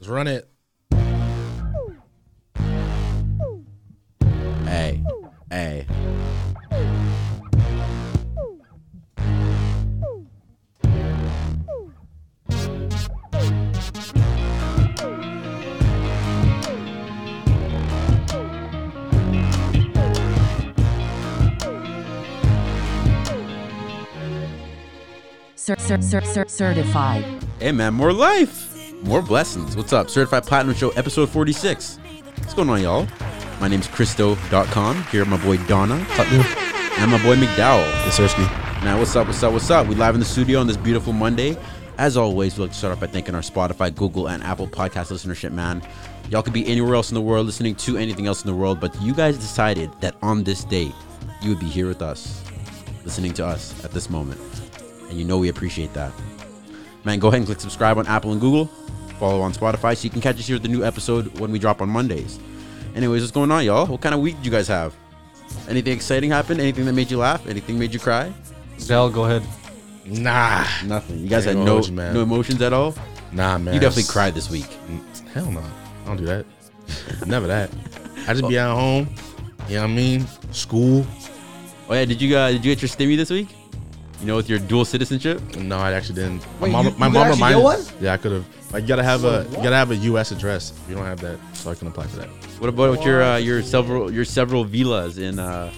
Let's run it. Hey, hey. Cer- cer- cer- cer- certified. Hey, man, more life, more blessings. What's up? Certified Platinum Show, episode 46. What's going on, y'all? My name's Christo.com. Here are my boy Donna Putnam and my boy McDowell. Yes, sir. Now, what's up? What's up? What's up? We live in the studio on this beautiful Monday. As always, we like to start off by thanking our Spotify, Google, and Apple podcast listenership, man. Y'all could be anywhere else in the world listening to anything else in the world, but you guys decided that on this day, you would be here with us, listening to us at this moment. And you know we appreciate that. Man, go ahead and click subscribe on Apple and Google, follow on Spotify so you can catch us here with the new episode when we drop on Mondays. Anyways, what's going on, y'all? What kind of week did you guys have? Anything exciting happened? Anything that made you laugh? Anything made you cry? Zell, go ahead. Nah, Nothing. You guys Ain't had gonna no hold you, man. no emotions at all. nah, man. You definitely cried this week. Hell no. I don't do that. Never that. I just be at home. You know what I mean? School. Oh yeah, did you uh, did you get your stimmy this week? You know, with your dual citizenship. No, I actually didn't. My Wait, mom, you- my mom you could actually reminded. get one? Yeah, I could have. Like, you gotta have a you What? gotta have a U.S. address. If you don't have that, so I can apply for that. What about with your uh, your several your several villas in? Uh,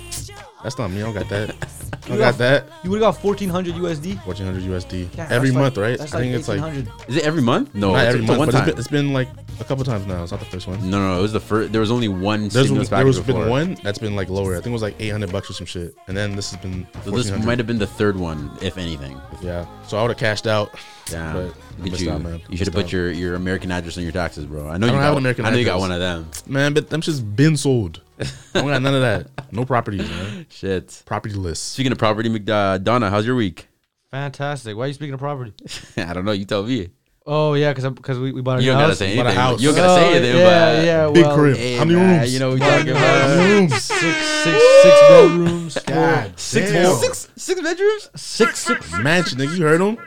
That's not me. I don't got that. I don't You got got- that. You would have got 1400 USD. 1400 USD Yeah, every that's month, like- right? That's I like think it's like not 1800. is it every month? No, Oh, it's, every it's a month, one but it's time. been, it's been like a couple times now. It's not the first one. no, no, no, it was the first. There was only one There's stimulus there package was before. been one that's been like lower. I think it was like 800 bucks or some shit, and then this has been So this 1400. might have been the third one, if anything. Yeah, so I would have cashed out. Damn, but Look I at missed you. out, man. You should have Missed put out. your, your American address on your taxes, bro. I know I you don't got, have an American I know you got address. one of them. man, but them shit's been sold. I don't got none of that. No properties, man. Shit. Property lists. Speaking of property, Mc- uh, Donna, how's your week? Fantastic. Why are you speaking of property? I don't know. You tell me. Oh, yeah, because we, we bought a You new don't gotta house. say But a anything. house. You don't gotta say Oh, anything. yeah, but yeah. Big well, crib. Hey, How many man, rooms? You know what we talking How about? many rooms? Six, six, six bedrooms. God, Six, damn. six, six bedrooms. Six, six. mansion, nigga. You heard him?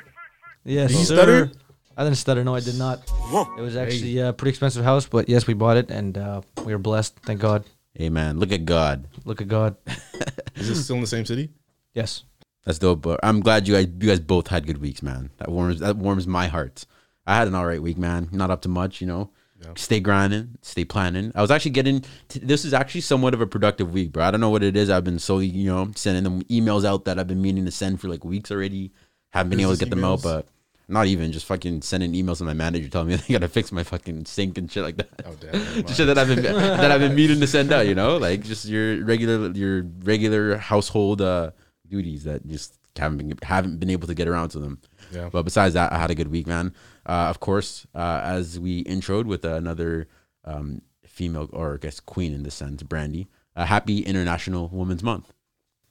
Yes, Did you sir. stutter? I didn't stutter. No, I did not. It was actually a pretty expensive house, but yes, we bought it, and uh, we were blessed. Thank God. Hey man, look at God. Look at God. Is this still in the same city? Yes. That's dope. But I'm glad you guys you guys both had good weeks, man. That warms that warms my heart. I had an all right week, man. Not up to much, you know. Stay grinding, stay planning. I was actually getting t- this is actually somewhat of a productive week, bro. I don't know what it is. I've been slowly, you know, sending them emails out that I've been meaning to send for like weeks already. Haven't been able to get Business them out, emails? but not even just fucking sending emails to my manager telling me they gotta fix my fucking sink and shit like that. Oh, damn. never Just mind. shit that I've been that I've been meaning to send out. You know, like just your regular your regular household uh, duties that just haven't been haven't been able to get around to them. Yeah. But besides that, I had a good week, man. Uh, of course, uh, as we introed with another um, female or I guess queen in this sense, Brandy. Uh, happy International Women's Month.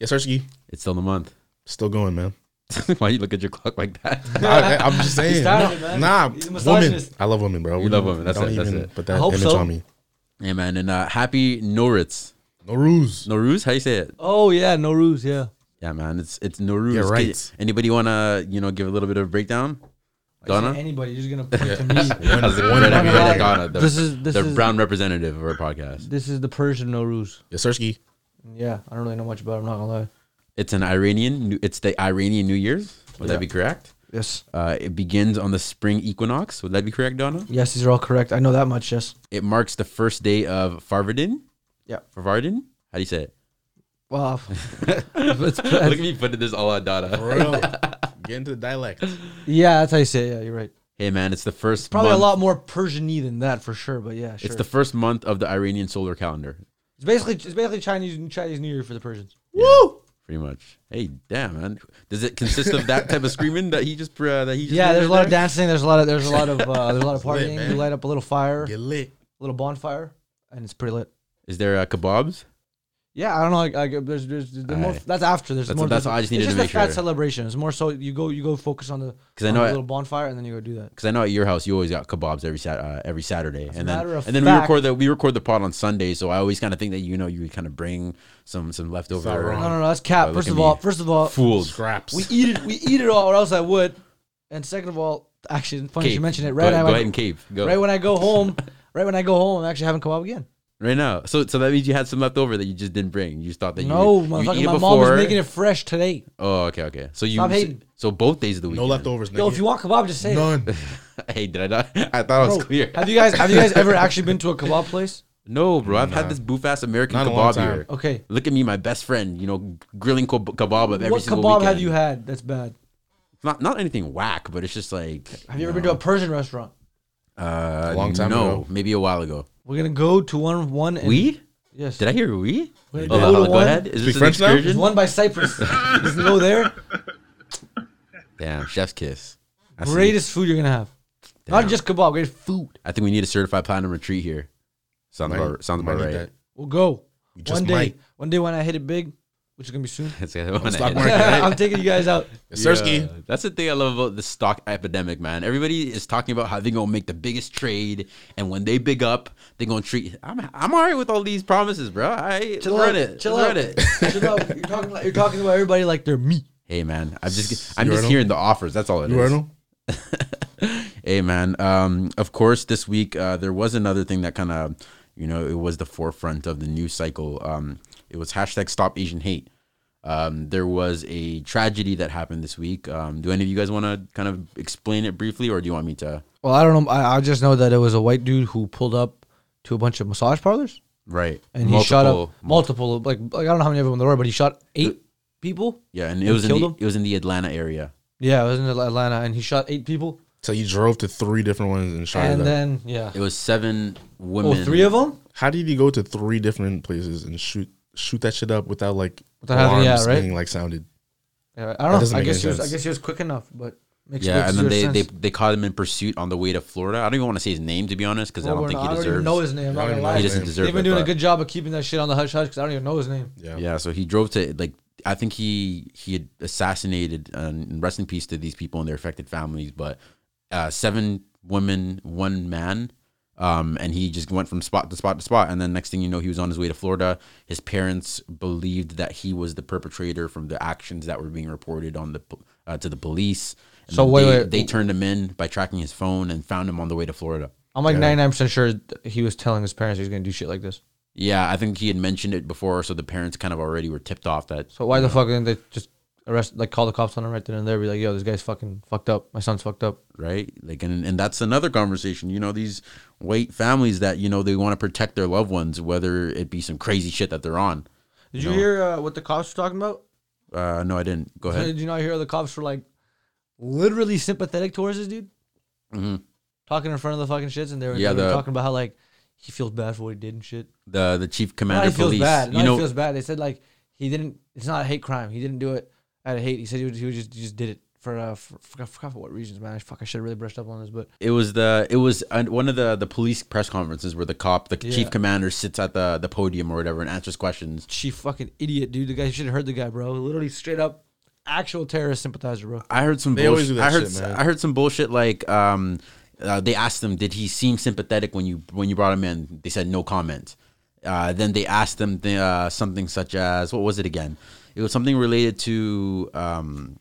Yes, Erskine. It's still the month. Still going, man. Why you look at your clock like that? I, am just saying. started it, man. Nah, He's a women. misogynist. I love women, bro. You love women. That's Don't it, that's even it. Put I that hope image so. on me. yeah, man. And uh, happy Noritz. No rules. Noruz? How you say it? Oh, yeah. No ruse. Yeah. Yeah, man. It's it's Noruz. Yeah, Can- right. Anybody wanna you know give a little bit of a breakdown? Donna. Anybody. You're just going to point to me. That was a One great and idea, all. Donna, the, This is- this the is- brown representative of our podcast. This is the Persian no ruse. Yes, Erskine. Yeah. I don't really know much about it. I'm not going to lie. It's an Iranian. new- It's the Iranian New Year's. Would that be correct? Yes. Uh, it begins on the spring equinox. Would that be correct, Donna? Yes, these are all correct. I know that much. Yes. It marks the first day of Farvardin. Yeah. Farvardin. How do you say it? Well, Look at me putting this all on Donna. Bro, get into the dialect. yeah, that's how you say it. Yeah, you're right. Hey man, it's the first. Probably month- a lot more Persian y than that for sure, but yeah, sure. It's the first month of the Iranian solar calendar. It's basically it's basically Chinese Chinese New Year for the Persians. Woo! Pretty much. Hey, damn man. Does it consist of that type of screaming that he just uh, that he just Yeah, did there's a right lot of there? dancing. There's a lot of there's a lot of uh, there's a lot of lit, partying. man. you light up a little fire, a Get lit. little bonfire, and it's pretty lit. Is there uh, kebabs? Yeah, I don't know. Like, like there's there's, there's more, Aye. that's after. There's That's- more. that's there's- what I just it's needed to just make a fat sure. celebration. It's more so you go you go focus on the 'Cause I on know the I- little bonfire and then you go do that. because I know at your house you always got kebabs every sat uh, every Saturday, and then matter of and then we fact- record the we record the pod on Sunday. So I always kind of think that you know you would kind of bring some some not leftover. wrong. No, no, no. That's cap. look First at of me. all, first of all, Fools, Scraps. we eat it. We eat it all, or else I would. And second of all, actually funny you Cave. mentioned it. Go Right, ahead- now, go I- ahead and cave. Go. right when I go home, right when I go home, I actually haven't come up again. Right now. So so that means you had some left over that you just didn't bring. You just thought that No, you, you motherfucker, eat my it mom before. is making it fresh today. Oh, okay, okay. So you Stop hating. so both days of the week. No leftovers, nigga. Yo, if you want kebab, just say it. None. hey, did I not? I thought I was Bro, clear. Have you guys have you guys ever actually been to a kebab place? No, bro. I've had this boof ass American Not in a long kebab time. here. Okay. Look at me, my best friend. You know, grilling keb- kebab every what single kebab weekend. have you had that's bad? Not not anything whack, but it's just like Have you ever been to a Persian restaurant? uh, A long time No, ago. maybe a while ago. We're gonna go to one one and We? yes. Did I hear we? We're Oh, gonna go to go one- ahead. Is Speak this an French now? excursion? There's one by Cyprus. you can go there. Damn, chef's kiss. I see. Greatest food you're gonna have. Not Damn. just kebab, great food. I think we need a certified platinum retreat here. Sounds Might- about sounds might about need right. that. We'll go. We just one day. might. One day when I hit it big, which is gonna be soon. That's the other one I Stock had. market. right? I'm taking you guys out. Sersky. Yeah, that's the thing I love about the stock epidemic, man. Everybody is talking about how they're gonna make the biggest trade, and when they big up, they're gonna treat. I'm I'm alright with all these promises, bro. I Chill run out. it, Chill run out. it. Chill out. You're talking like, you're talking about everybody like they're me. Hey, man, I'm just I'm You just heard him? hearing the offers. That's all it is. You heard him? Hey, man. Um, of course, this week uh, there was another thing that kind of, you know, it was the forefront of the news cycle. Um, it was hashtag Stop Asian Hate. Um, there was a tragedy that happened this week. Um, do any of you guys want to kind of explain it briefly, or do you want me to? Well, I don't know. I, I just know that it was a white dude who pulled up to a bunch of massage parlors Right. and he shot up multiple, like, like I don't know how many of them there were, but he shot eight people. Yeah, and it was in killed the, him? it was in the Atlanta area. Yeah, it was in Atlanta, and he shot eiot people, So you drove to three different ones and shot it and up. uh, then yeah, It was seven women. oh, three of them. How did you go to three different places and shoot shoot that shit up without like Without having- yeah, alarms right? being like sounded? Yeah, I don't know. doesn't I make guess any he was. I sense. guess he was quick enough, but makes Yeah, makes and then zero they, they sense. they caught him in pursuit on the way to Florida. I don't even want to say his name to be honest, because I Well, don't we're think not- he I don't even deserves. know his name. I'm not I don't gonna even know lie. he his doesn't name. deserve. They've it, been doing a but- good job of keeping that shit on the hush hush because I don't even know his name. Yeah. Yeah, so he drove to like I think he he had assassinated and rest in peace to these people and their affected families, but uh, seven women, one man, um, and he just went from spot to spot to spot, and then next thing you know, he was on his way to Florida. His parents believed that he was the perpetrator from the actions that were being reported on the po- uh, to the police. And So then wait, they, wait. they turned him in by tracking his phone and found him on the way to Florida. I'm like 99 percent sure that he was telling his parents he was gonna do shit like this. Yeah, I think he had mentioned it before, so the parents kind of already were tipped off that So why the fuck didn't they just arrest, like, call the cops on him right then and there? Be like, yo, this guy's fucking fucked up. My son's fucked up. right like and, and that's another conversation you know these white families that you know they want to protect their loved ones whether it be some crazy shit that they're on Did you hear uh, what the cops were talking about? uh no i didn't go ahead Did you not hear the cops were like literally sympathetic towards this dude? Mhm. Talking in front of the fucking shits, and they were, Yeah, they were the- talking about how like he feels bad for what he did and shit. the the chief Not commander he of police feels bad. Not you know he feels bad. They said like he didn't. It's not a hate crime. He didn't do it out of hate. He said he, was, he was just he just did it for uh for, for, for, for what reasons, man. I fuck. I should have really brushed up on this, but it was the it was uh, one of the the police press conferences where the cop the Yeah. chief commander sits at the the podium or whatever and answers questions chief fucking idiot, dude. The guy you should have heard the guy, bro. Literally straight up actual terrorist sympathizer, bro. I heard some. They always bullshit. do that I heard. shit, man. I heard some bullshit like um, uh, they asked him, "Did he seem sympathetic when you when you brought him in?" They said no comment. Uh, then they asked them the, uh, something such as what was it again? It was something related to um,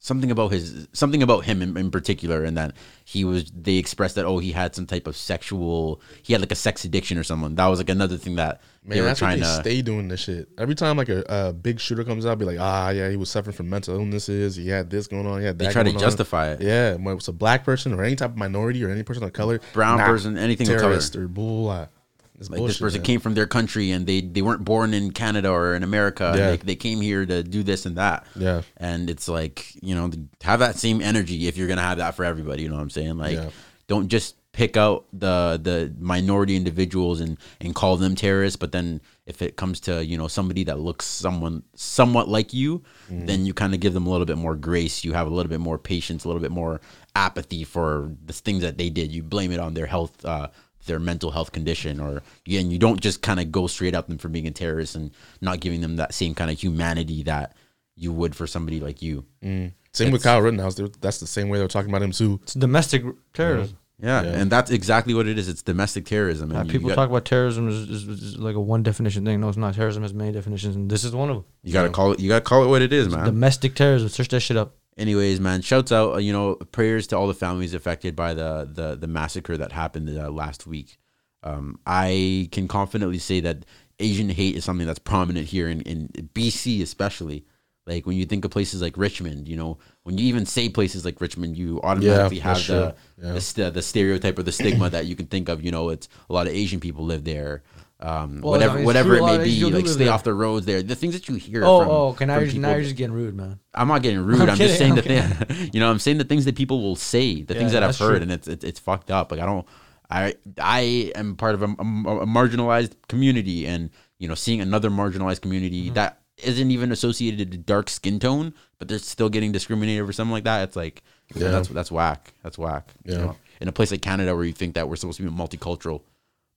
something about his something about him in, in particular, and that he was. They expressed that oh, he had some type of sexual. He had like a sex addiction or something. That was like another thing that Man, they were that's trying what they to. stay doing this shit. Every time like a, a big shooter comes out, be like, ah, yeah, he was suffering from mental illnesses. He had this going on. He had that. they try to going on." justify it. uh, Yeah, when it's a black person or any type of minority or any person of color, Brown nah, person, anything of color. terrorist or bull. It's like bullshit, this person man. came from their country and they they weren't born in Canada or in America. and Yeah. They, they came here to do this and that. Yeah. And it's like you know have that same energy if you're gonna have that for everybody. You know what I'm saying? Like Yeah. don't just pick out the the minority individuals and and call them terrorists. But then if it comes to you know somebody that looks someone somewhat like you, Mm-hmm. then you kind of give them a little bit more grace. You have a little bit more patience, a little bit more apathy for the things that they did. You blame it on their health. Uh, their mental health condition or and you don't just kind of go straight at them for being a terrorist and not giving them that same kind of humanity that you would for somebody like you Same with Kyle Rittenhouse. They- That's the same way they're talking about him too. It's domestic terrorism. yeah, and that's exactly what it is it's domestic terrorism and you people got, talk about terrorism is, is, is like a one definition thing. No, it's not. Terrorism has many definitions, and this is one of them. you gotta call it you gotta call it what it is man Domestic terrorism. Search that shit up. Anyways, man, shouts out, uh, you know, prayers to all the families affected by the the the massacre that happened uh, last week. Um, I can confidently say that Asian hate is something that's prominent here in, in BC, especially. Like when you think of places like Richmond, you know, when you even say places like Richmond, you automatically have that's the, true. Yeah. the st- the stereotype or the stigma that you can think of. You know, it's a lot of Asian people live there. Um, Well, whatever, no, it's whatever true, it a lot may of be, Asian people like do live stay there. off the roads there. The things that you hear. Oh, from, oh, okay. Now from you're, just, now people- you're just getting rude, man. I'm not getting rude. I'm, I'm just kidding, saying I'm the thing. You know, I'm saying the things that people will say, the things Yeah, that I've that's heard, true. and it's, it's it's fucked up. Like I don't, I I am part of a, a- a marginalized community, and you know, seeing another marginalized community Mm-hmm. that isn't even associated to dark skin tone, but they're still getting discriminated or something like that. It's like, yeah, Yeah. that's that's whack. That's whack. you Yeah. know? In a place like Canada, where you think that we're supposed to be multicultural,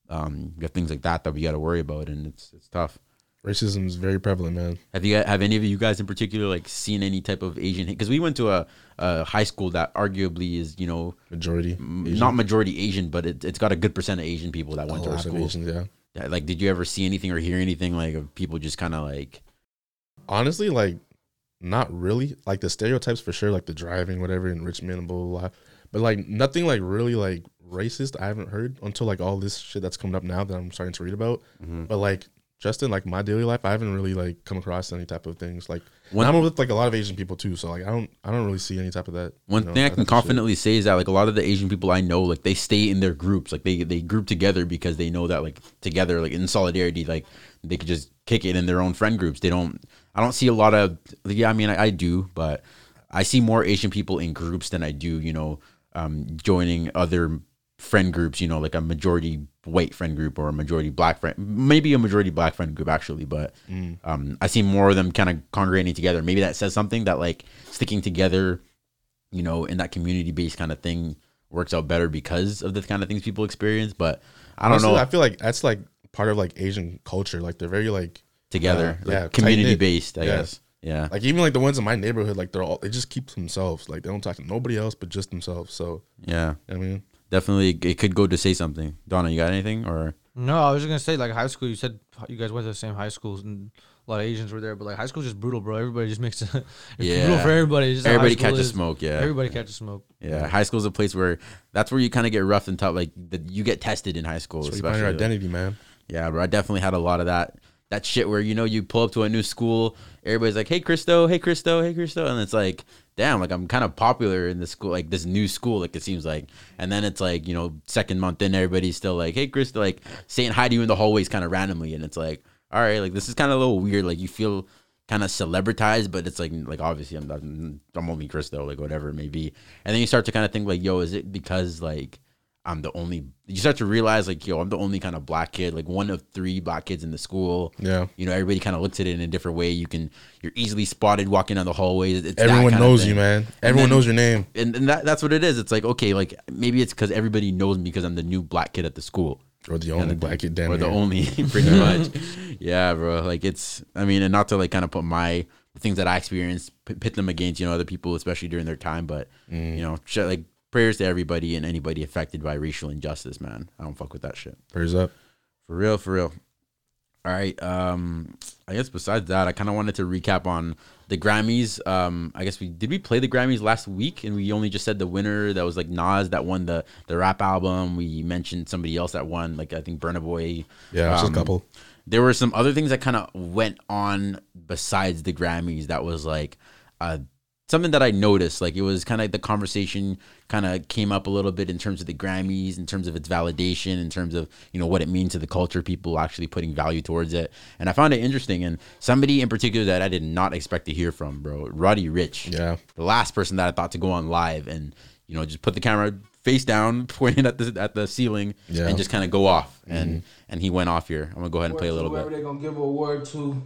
um, you have things like that that we got to worry about, and it's it's tough. Racism is very prevalent, man. Have you have any of you guys in particular like seen any type of Asian? Because we went to a, a high school that arguably is you know Majority. m Asian. Oh, not majority Asian, but it, it's got a good percent of Asian people that a went to our lot of school. Asians, yeah. Yeah, Like, did you ever see anything or hear anything like of people just kind of like honestly, like not really. Like the stereotypes for sure, like the driving, whatever, in Richmond, blah blah. blah. But like nothing like really like racist. I haven't heard until like all this shit that's coming up now that I'm starting to read about. Mm-hmm. But like just in like my daily life, I haven't really like come across any type of things. Like when One- I'm with like a lot of Asian people too, so like I don't I don't really see any type of that. One you know, thing I that can type of shit. confidently say is that like a lot of the Asian people I know, like they stay in their groups, like they they group together because they know that like together, like in solidarity, like they could just kick it in their own friend groups. They don't. I don't see a lot of. Yeah, I mean, I, I do, but I see more Asian people in groups than I do. You know, um, joining other friend groups. You know, like a majority white friend group or a majority black friend, maybe a majority black friend group actually, but um, I see more of them kind of congregating together. Maybe that says something that like sticking together you know, in that community based kind of thing works out better because of the kind of things people experience. But I don't Honestly, know I feel like that's like part of like Asian culture. Like they're very like together, yeah, yeah, community tight-knit. based, I Yeah. guess. Yeah. like even like the ones in my neighborhood, like they're all they just keep to themselves. Like they don't talk to nobody else but just themselves. So Yeah. you know what I mean. Definitely it could go to say something. Donna, you got anything or No, I was just gonna say like high school. You said you guys went to the same high schools, and a lot of Asians were there. But like high school's just brutal, bro. Everybody just makes it. it's brutal Yeah. for everybody. It's just how high everybody school catches is. smoke, yeah. Everybody catches smoke. yeah. High school's a place where that's where you kind of get rough and tough like the, you get tested in high school So you especially. find your like- identity, man. Yeah, bro. I definitely had a lot of that. That shit where you know you pull up to a new school, everybody's like, "Hey, Christo! Hey, Christo! Hey, Christo!" And it's like, damn, like I'm kind of popular in this school, like this new school, like it seems like. And then it's like, you know, second month in, everybody's still like, "Hey, Christo!" Like saying hi to you in the hallways, kind of randomly. And it's like, all right, like this is kind of a little weird. Like you feel kind of celebritized, but it's like, like obviously I'm not, I'm only Christo, like whatever it may be. And then you start to kind of think like, yo, is it because like I'm the only. You start to realize like, yo, I'm the only kind of black kid, like one of three black kids in the school. Yeah. You know, everybody kind of looks at it in a different way. You can, you're easily spotted walking down the hallways. It's that Everyone kind of knows you, thing. man. Everyone then- knows your name. And, and that, that's what it is. It's like, okay, like maybe it's because everybody knows me because I'm the new black kid at the school Or the only black kid damn or the near. only pretty much yeah bro like it's i mean and not to like kind of put my the things that i experienced p- pit them against you know other people especially during their time but you know shit, like prayers to everybody and anybody affected by racial injustice man i don't fuck with that shit Prayers up. for real for real all right um i guess besides that i kind of wanted to recap on the grammys um i guess we did we play the grammys last week and we only just said the winner that was like nas that won the the rap album we mentioned somebody else that won like i think burna boy Yeah, just Um, a couple. there were some other things that kind of went on besides the Grammys that was like uh, something that I noticed. Like it was kind of the conversation kind of came up a little bit in terms of the Grammys, in terms of its validation, in terms of you know what it means to the culture, people actually putting value towards it. And I found it interesting. And somebody in particular that I did not expect to hear from, bro, Roddy Rich Yeah. the last person that I thought to go on live and you know just put the camera face down, pointing at the at the ceiling, Yeah. Mm-hmm. and just kind of go off. And and he went off here. I'm gonna go ahead and play a little whoever bit. they're gonna give an award to,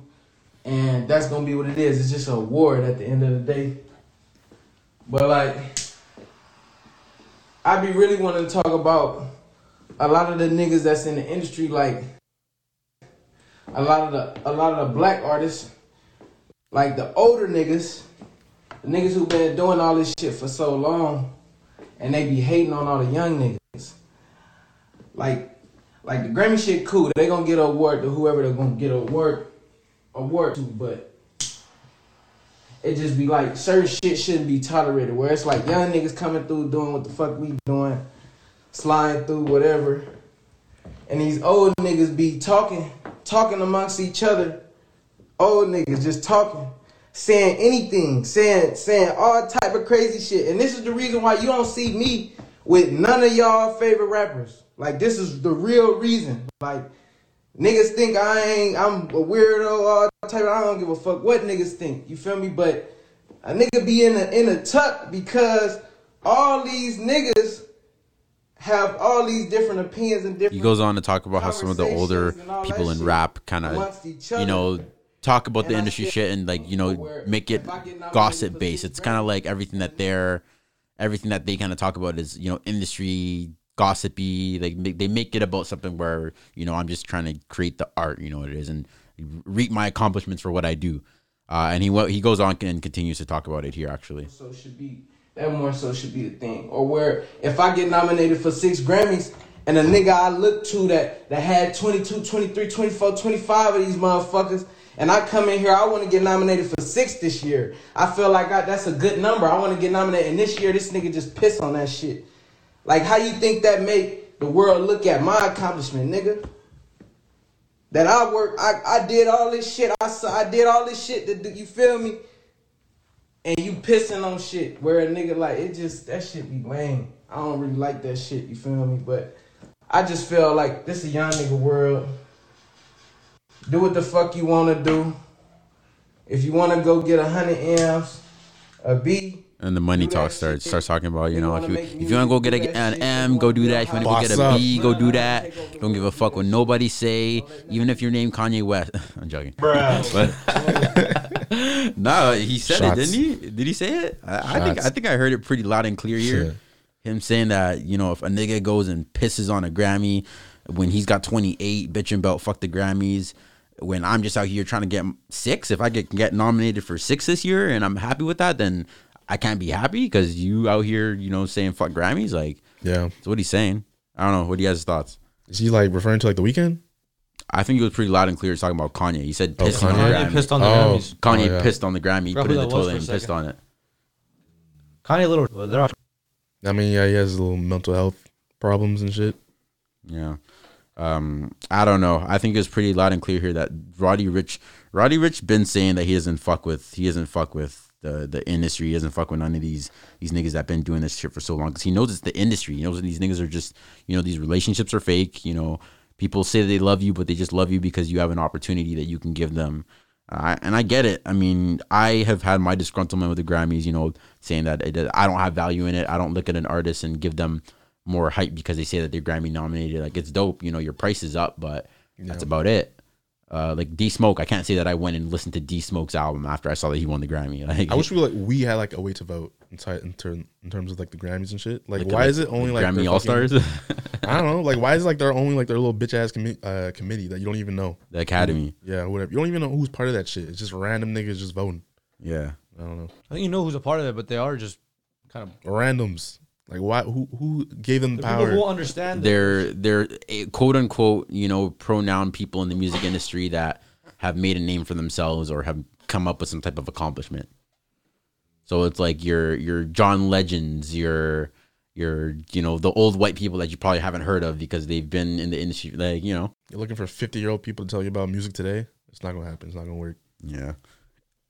and that's gonna be what it is. It's just an award at the end of the day. But like, I be really wanting to talk about a lot of the niggas that's in the industry, like a lot of the a lot of the black artists, like the older niggas, the niggas who been doing all this shit for so long, and they be hating on all the young niggas. Like like the Grammy shit cool. They gonna get an award to whoever they're gonna get an award award to, but it just be like certain shit shouldn't be tolerated. Where it's like young niggas coming through doing what the fuck we doing, sliding through whatever, and these old niggas be talking, talking amongst each other. Old niggas just talking, saying anything, saying saying all type of crazy shit. And this is the reason why you don't see me with none of y'all favorite rappers. Like this is the real reason. Like Niggas think I ain't, I'm a weirdo, all type. of- I don't give a fuck what niggas think. You feel me? But a nigga be in a in a tuck because all these niggas have all these different opinions and different. He goes on to talk about how some of the older Conversations and all people that in shit rap kind of, amongst each you other. know, talk about the And I industry said- shit and like you know Where make it if I get nominated gossip for based. Steve It's kind of like everything that they're, everything that they kind of talk about is you know industry gossipy. Like ma- they make it about something where you know I'm just trying to create the art. You know what it is and reap my accomplishments for what I do. Uh, and he wa- he goes on and continues to talk about it here actually. so should be that more so should be the thing. Or where if I get nominated for six Grammys and a nigga I look to that that had 22, 23, 24, 25 of these motherfuckers and I come in here, I want to get nominated for six this year. I feel like I, that's a good number. I want to get nominated. And this year, this nigga just piss on that shit. Like, how you think that make the world look at my accomplishment, nigga? That I work, I, I did all this shit. I, s- I did all this shit. That, that- you feel me? and you pissing on shit where a nigga like it just that shit be lame. I don't really like that shit, you feel me? But I just feel like this a young nigga world. Do what the fuck you wanna do. If you wanna go get a hundred M's, a B, And the money Do talk that starts shit. starts talking about you You know wanna if you make if you wanna go get music, do a, that an shit. M, go do that. If you wanna go Boss get a up. B, go do that. Don't give a fuck what nobody say. Even if your name Kanye West, I'm joking. Bruh. No, he said Shots. it, didn't he? Did he say it? I, I think Shots. I think I heard it pretty loud and clear here. Shit. Him saying that you know if a nigga goes and pisses on a Grammy when he's got 28 bitching about fuck the Grammys. When I'm just out here trying to get six, if I get get nominated for six this year and I'm happy with that, then I can't be happy because you out here, you know, saying fuck Grammys. Like, Yeah. that's what he's saying. I don't know. What do you guys' thoughts? Is he like referring to like the weekend? I think it was pretty loud and clear talking about Kanye. He said Oh, pissed on the Kanye Kanye Grammy. pissed on the Oh. Grammys. Kanye Oh, yeah. pissed on the Grammy. He Forgot put it in the who that was toilet and for a pissed second. on it. Kanye little, they're off. I mean, yeah, he has little mental health problems and shit. Yeah. Um, I don't know. I think it's pretty loud and clear here that Roddy Rich, Roddy Rich, been saying that he doesn't fuck with, he doesn't fuck with the the industry. He doesn't fuck with none of these these niggas that been doing this shit for so long because he knows it's the industry. He knows that these niggas are just, you know, these relationships are fake. You know, people say they love you, but they just love you because you have an opportunity that you can give them. I, and I get it. I mean, I have had my disgruntlement with the Grammys, you know, saying that it, I don't have value in it. I don't look at an artist and give them more hype because they say that they're Grammy nominated. Like, it's dope. You know, your price is up, but that's about it. Uh, like D Smoke, I can't say that I went and listened to D Smoke's album after I saw that he won the Grammy. Like, I wish we like we had like a way to vote in, ti- in, ter- in terms of like the Grammys and shit. Like, Like, why like, is it only like their Grammy fucking- All Stars, I don't know. Like, why is like they're only like their little bitch ass commi- uh, committee that you don't even know? the Academy. Yeah, whatever. You don't even know who's part of that shit. It's just random niggas just voting. Yeah. I don't know. I think you know who's a part of it, but they are just kind of Randoms. Like, why? Who who gave them the the people who power? understand. that they're they're eh, quote unquote you know pronoun people in the music industry that have made a name for themselves or have come up with some type of accomplishment. So it's like your your John Legends, your your you know the old white people that you probably haven't heard of because they've been in the industry like you know You're looking for 50 year old people to tell you about music today. It's not gonna happen. It's not gonna work. Yeah.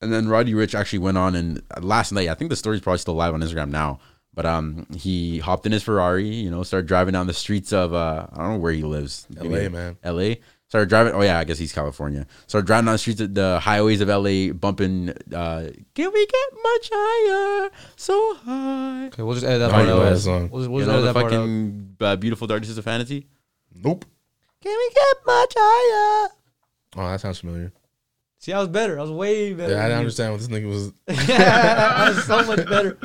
And then Roddy Rich actually went on and uh, last night, I think the story's probably still live on Instagram now, but um he hopped in his Ferrari, you know, started driving down the streets of uh I don't know where he lives. LA, man. LA. Started driving oh yeah, I guess he's California. Started driving down the streets of the highways of LA, bumping uh Can we get much higher? So high. okay, we'll just edit that Kanye part out. West song. We'll just, we'll You just know the edit that part out. fucking uh, beautiful darkness of fantasy? Nope. Can we get much higher? Oh, that sounds familiar. See, I was better. I was way better. Yeah, I than didn't you. understand what this nigga was. I was so much better.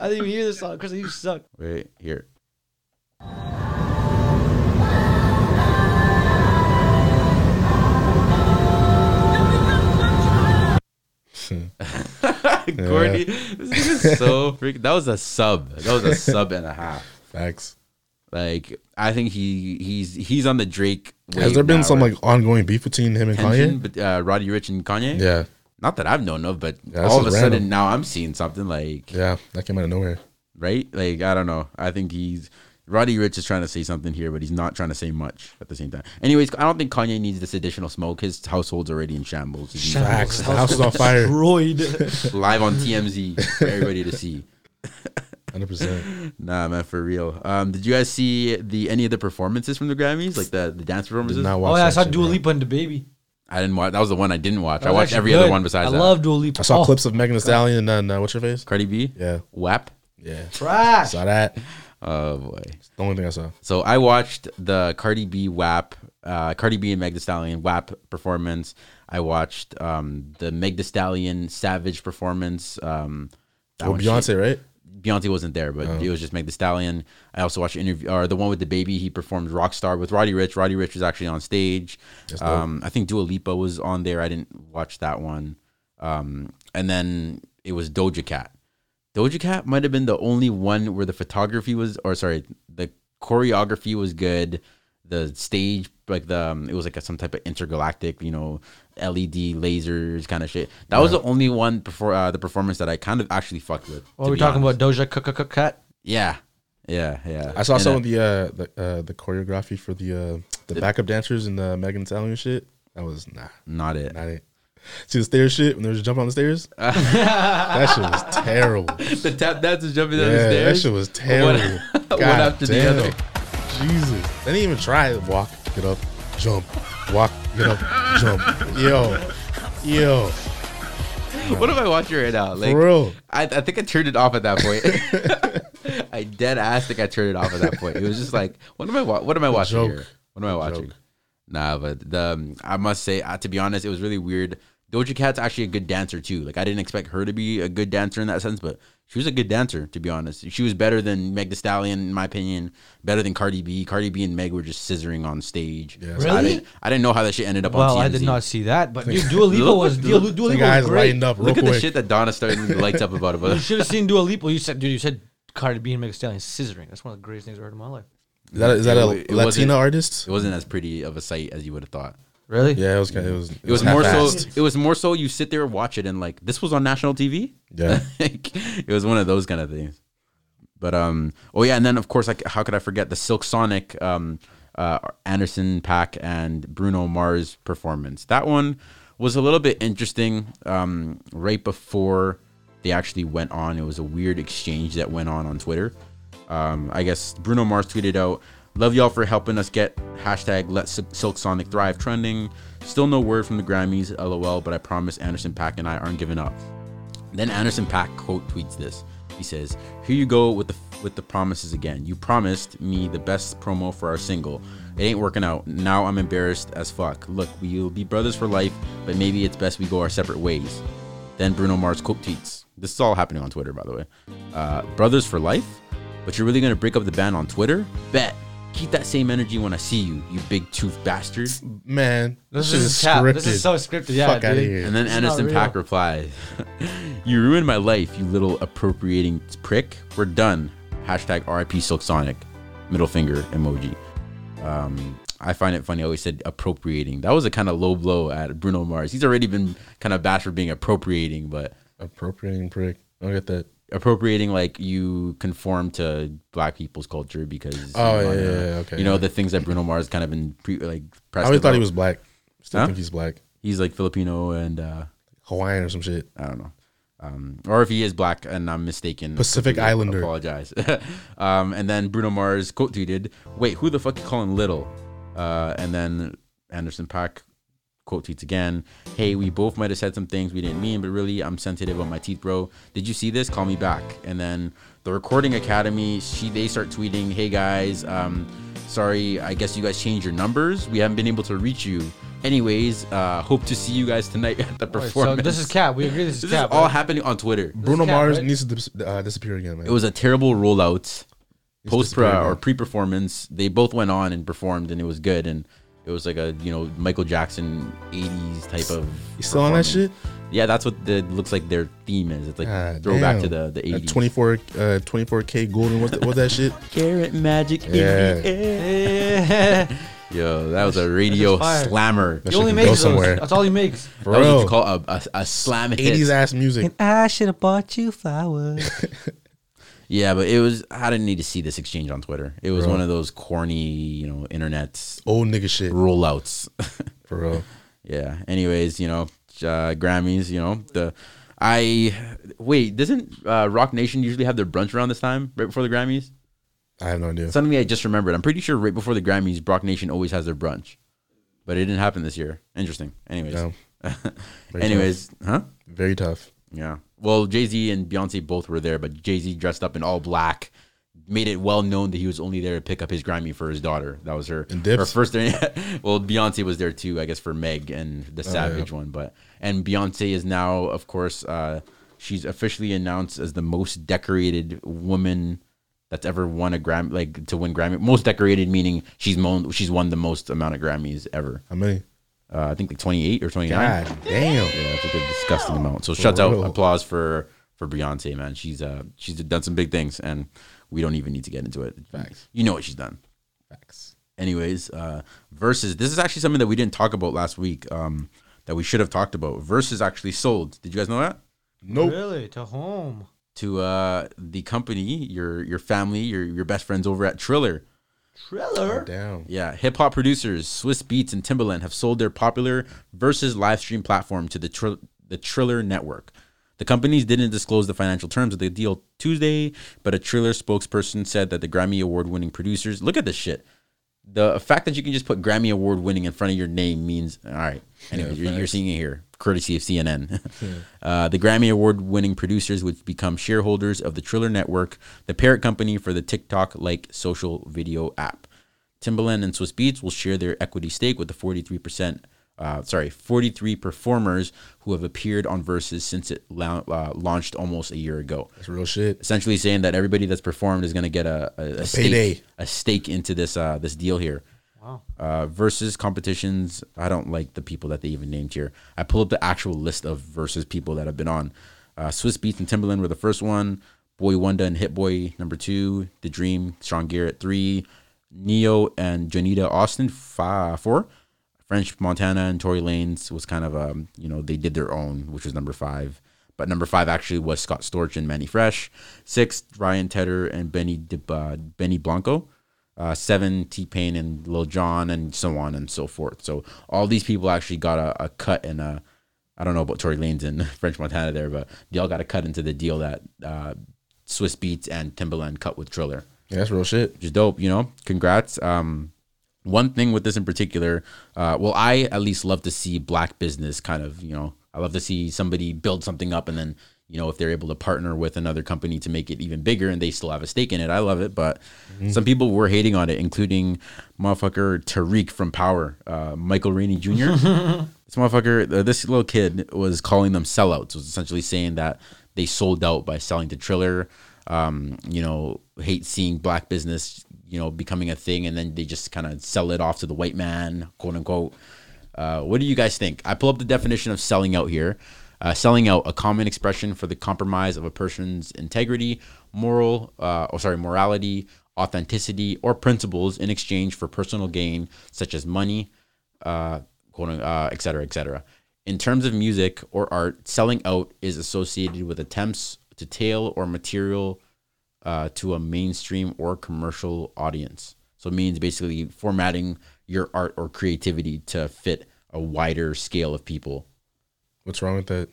I didn't even hear this song. Chris, you suck. Wait, here. Gordy, this is so freak. That was a sub. That was a sub and a half. Facts. Like I think he he's he's on the Drake. Has wave there been now, some right? like ongoing beef between him and tension Kanye? bet- uh, Roddy Rich and Kanye? Yeah. Not that I've known of, but Yeah, this all of a is sudden random. now I'm seeing something like Yeah, that came out of nowhere. right? Like I don't know. I think he's Roddy Rich is trying to say something here, but he's not trying to say much at the same time. Anyways, I don't think Kanye needs this additional smoke. His household's already in shambles. He's Facts. The house is on fire. Destroyed. live on TMZ for everybody to see. 100%. Nah, man, for real. Um, did you guys see the any of the performances from the Grammys, like the the dance Did performances? not watch oh yeah, I that saw shit, Dua bro. Lipa and the baby. I didn't watch. That was the one I didn't watch. I watched every other one besides I that. love Dua Lipa. I saw Oh, clips of Megan Thee Stallion and uh, what's your face? Cardi B. Yeah. WAP. Yeah. Trash. Saw that. Oh boy. The only thing I saw. So I watched the Cardi B WAP, uh, Cardi B and Meg Thee Stallion WAP performance. I watched um, the Meg Thee Stallion Savage performance. Um, that Well, one she- Beyonce, right? Beyonce wasn't there, but Oh. it was just Meg The Stallion. I also watched interview or the one with the baby. He performed Rockstar with Roddy Rich. Roddy Rich was actually on stage. Um, I think Dua Lipa was on there. I didn't watch that one. Um, and then it was Doja Cat. Doja Cat might have been the only one where the photography was, or sorry, the choreography was good. The stage, like the, um, it was like a, some type of intergalactic, you know, LED lasers kind of shit. That was the only one before uh, the performance that I kind of actually fucked with. What to are we be talking honest. about? Doja Cat- Cat- Cat- Cat. Yeah, yeah, yeah. I saw And, some uh, of the uh, the uh, the choreography for the uh, the backup dancers and the Megan Thee Stallion shit. That was nah, Not it. not it. See the stairs shit when they was jumping on the stairs. that shit was terrible. the tap dancers jumping Yeah, down the that stairs. shit was terrible. one God after the damn. other. Jesus, they didn't even try it. Walk, get up, jump, walk, get up, jump. Yo, yo, What am I watching right now? Like, for real. I, I think I turned it off at that point. I dead ass think I turned it off at that point. It was just like, what am I? wa- What am I watching joke. here? What am I watching? joke. Nah, but the um, I must say, uh, to be honest, it was really weird. Doja Cat's actually a good dancer too. Like I didn't expect her to be a good dancer in that sense, but she was a good dancer. To be honest, she was better than Meg Thee Stallion in my opinion. Better than Cardi B. Cardi B and Meg were just scissoring on stage. Yeah. I Really? didn't, I didn't know how that shit ended up. Well, on I did TMZ. not see that, but dude, Dua Lipa Look was at- Dua, Lu- Dua The Lipa guys was great. lightened up real Look at the quick. shit that Donna started to lights up about. You About should have seen Dua Lipa. You said, dude, you said Cardi B and Megan Thee Stallion scissoring. That's one of the greatest things I heard in my life. Is that, is that a It- it wasn't- Latina artist? it wasn't as pretty of a sight as you would have thought. Really? Yeah, it was kind of, it was. It was more so. half-assed. It was more so. You sit there and watch it, and like this was on national TV. Yeah. like, it was one of those kind of things. But um, oh yeah, and then of course, like, how could I forget the Silk Sonic, um, uh, Anderson Pack and Bruno Mars performance? That one was a little bit interesting. Um, right before they actually went on, it was a weird exchange that went on on Twitter. Um, I guess Bruno Mars tweeted out, "Love y'all for helping us get hashtag Let Sil- Silk Sonic Thrive trending." Still no word from the Grammys, lol. But I promise Anderson Pack and I aren't giving up. Then Anderson Pack quote tweets this. He says, "Here you go with the with the promises again. You promised me the best promo for our single. It ain't working out. Now I'm embarrassed as fuck. Look, we'll be brothers for life, but maybe it's best we go our separate ways." Then Bruno Mars quote tweets. This is all happening on Twitter, by the way. Uh, brothers for life, but you're really gonna break up the band on Twitter? Bet. Keep that same energy when I see you, you big tooth bastard. man. This, shit is, cap. This is so scripted. Yeah, Fuck outta dude. here. And then It's Anderson not Pack real. replies, You ruined my life, you little appropriating prick. We're done. Hashtag RIP Silk Sonic. Middle finger emoji. Um, I find it funny. I always said appropriating. That was a kind of low blow at Bruno Mars. He's already been kind of bashed for being appropriating, but appropriating prick. I don't get that. appropriating like you conform to black people's culture because Oh, you yeah, wanna- yeah, yeah, okay, you know yeah. the things that Bruno Mars kind of been pre- like I pressed always thought he about. was black. Still Huh? think he's black, he's like Filipino and uh, Hawaiian or some shit. I don't know. Um, or if he is black and I'm mistaken, Pacific completely Islander. Apologize. um, and then Bruno Mars quote tweeted, "Wait, who the fuck you calling little?" Uh, and then Anderson Pack quote tweets again, "Hey, we both might have said some things we didn't mean, but really, I'm sensitive on my teeth, bro. Did you see this? Call me back." And then the Recording Academy, she they start tweeting, "Hey guys, um, sorry, I guess you guys changed your numbers. We haven't been able to reach you." Anyways, uh, hope to see you guys tonight at the Alright, performance. So this is cap. We agree. This This is cap. is all right? happening on Twitter. Bruno cat, Mars right? needs to dis- uh, disappear again, man. It was a terrible rollout. Post disappeared, pro man. or pre performance, they both went on and performed, and it was good. And it was like a you know Michael Jackson '80s type of. you still on that performance. shit? Yeah, that's what the looks like. Their theme is it's like Ah, throwback to the damn. the That '80s. 24 uh, 24k golden. What's that, what's that shit? Carat magic Yeah. in the air. Yo, that was a just radio fire. slammer. That He shit only can makes go those. somewhere. That's all he makes. That was what Bro, you call a, a, a slam hit. 80s ass music. I should have bought you flowers. Yeah, but it was. I didn't need to see this exchange on Twitter. It was Bro. one of those corny, you know, internet Old nigga shit. rollouts. For real. yeah. Anyways, you know, uh, Grammys. You know, the I wait. Doesn't uh, Rock Nation usually have their brunch around this time, right before the Grammys? I have no idea. Suddenly, I just remembered. I'm pretty sure right before the Grammys, Rock Nation always has their brunch, but it didn't happen this year. Interesting. Anyways. Yeah. Very Anyways, huh? Very tough. Yeah. Well, Jay Z and Beyonce both were there, but Jay Z dressed up in all black, made it well known that he was only there to pick up his Grammy for his daughter. That was her, And Dipset. her first. well, Beyonce was there too, I guess, for Meg and Oh, the Savage one. But and Beyonce is now, of course, uh, she's officially announced as the most decorated woman that's ever won a Grammy, like to win Grammy. Most decorated meaning she's won, she's won the most amount of Grammys ever. How many? Uh, I think like twenty eight or twenty nine. God damn. Yeah, it's like a disgusting amount. So shouts out real. applause for for Beyonce, man. She's uh she's done some big things, and we don't even need to get into it. Facts. You know what she's done. Facts. Anyways, uh, versus this is actually something that we didn't talk about last week. Um, that we should have talked about. Versus actually sold. Did you guys know that? Nope. Really? To home. To uh the company, your your family, your your best friends over at Triller. Triller. Down. Yeah, hip hop producers Swiss Beats and Timbaland have sold their popular Versus live stream platform to the Trill- the Triller network. The companies didn't disclose the financial terms of the deal Tuesday, but a Triller spokesperson said that the Grammy award winning producers look at this shit. The fact that you can just put Grammy award winning in front of your name means all right. Anyway, you're, you're seeing it here, courtesy of CNN. uh, the Grammy award winning producers would become shareholders of the Triller network, the parent company for the TikTok like social video app. Timbaland and Swiss Beats will share their equity stake with the 43%, uh, sorry, 43 performers who have appeared on Versus since it lau- uh, launched almost a year ago. That's real shit. Essentially saying that everybody that's performed is going to get a, a, a, payday. stake, a stake into this uh, this deal here. Wow. Uh, versus competitions, I don't like the people that they even named here. I pulled up the actual list of versus people that have been on. Uh, Swiss Beats and Timbaland were the first one. Boy Wonder and Hit Boy number two. The Dream, Sean Garrett three. Neo and Janita Austin five, four. French Montana and Tory Lanez was kind of um, you know, they did their own, which was number five. But number five actually was Scott Storch and Manny Fresh. Six, Ryan Tedder and Benny Dib- uh, Benny Blanco. Uh, seven, T Pain and Lil Jon, and so on and so forth. So all these people actually got a, a cut and a. I don't know about Tory Lanez and French Montana there, but they all got a cut into the deal that uh, Swiss Beats and Timbaland cut with Triller Yeah, that's real shit. which is dope. You know, congrats. Um, one thing with this in particular, uh, well, I at least love to see black business kind of, you know, I love to see somebody build something up and then, you know, if they're able to partner with another company to make it even bigger and they still have a stake in it, I love it. But some people were hating on it, including motherfucker Tariq from Power, uh, Michael Rainey Jr. this motherfucker, uh, this little kid was calling them sellouts, was essentially saying that they sold out by selling to Triller. Um, you know, hate seeing black business, you know, becoming a thing, and then they just kind of sell it off to the white man, quote unquote. Uh, what do you guys think? I pull up the definition of selling out here. Uh, selling out, a common expression for the compromise of a person's integrity, moral, uh, or sorry, morality, authenticity, or principles in exchange for personal gain, such as money, uh, quote, uh, et cetera, et cetera. In terms of music or art, selling out is associated with attempts to tail or material uh, to a mainstream or commercial audience. So it means basically formatting your art or creativity to fit a wider scale of people. What's wrong with that?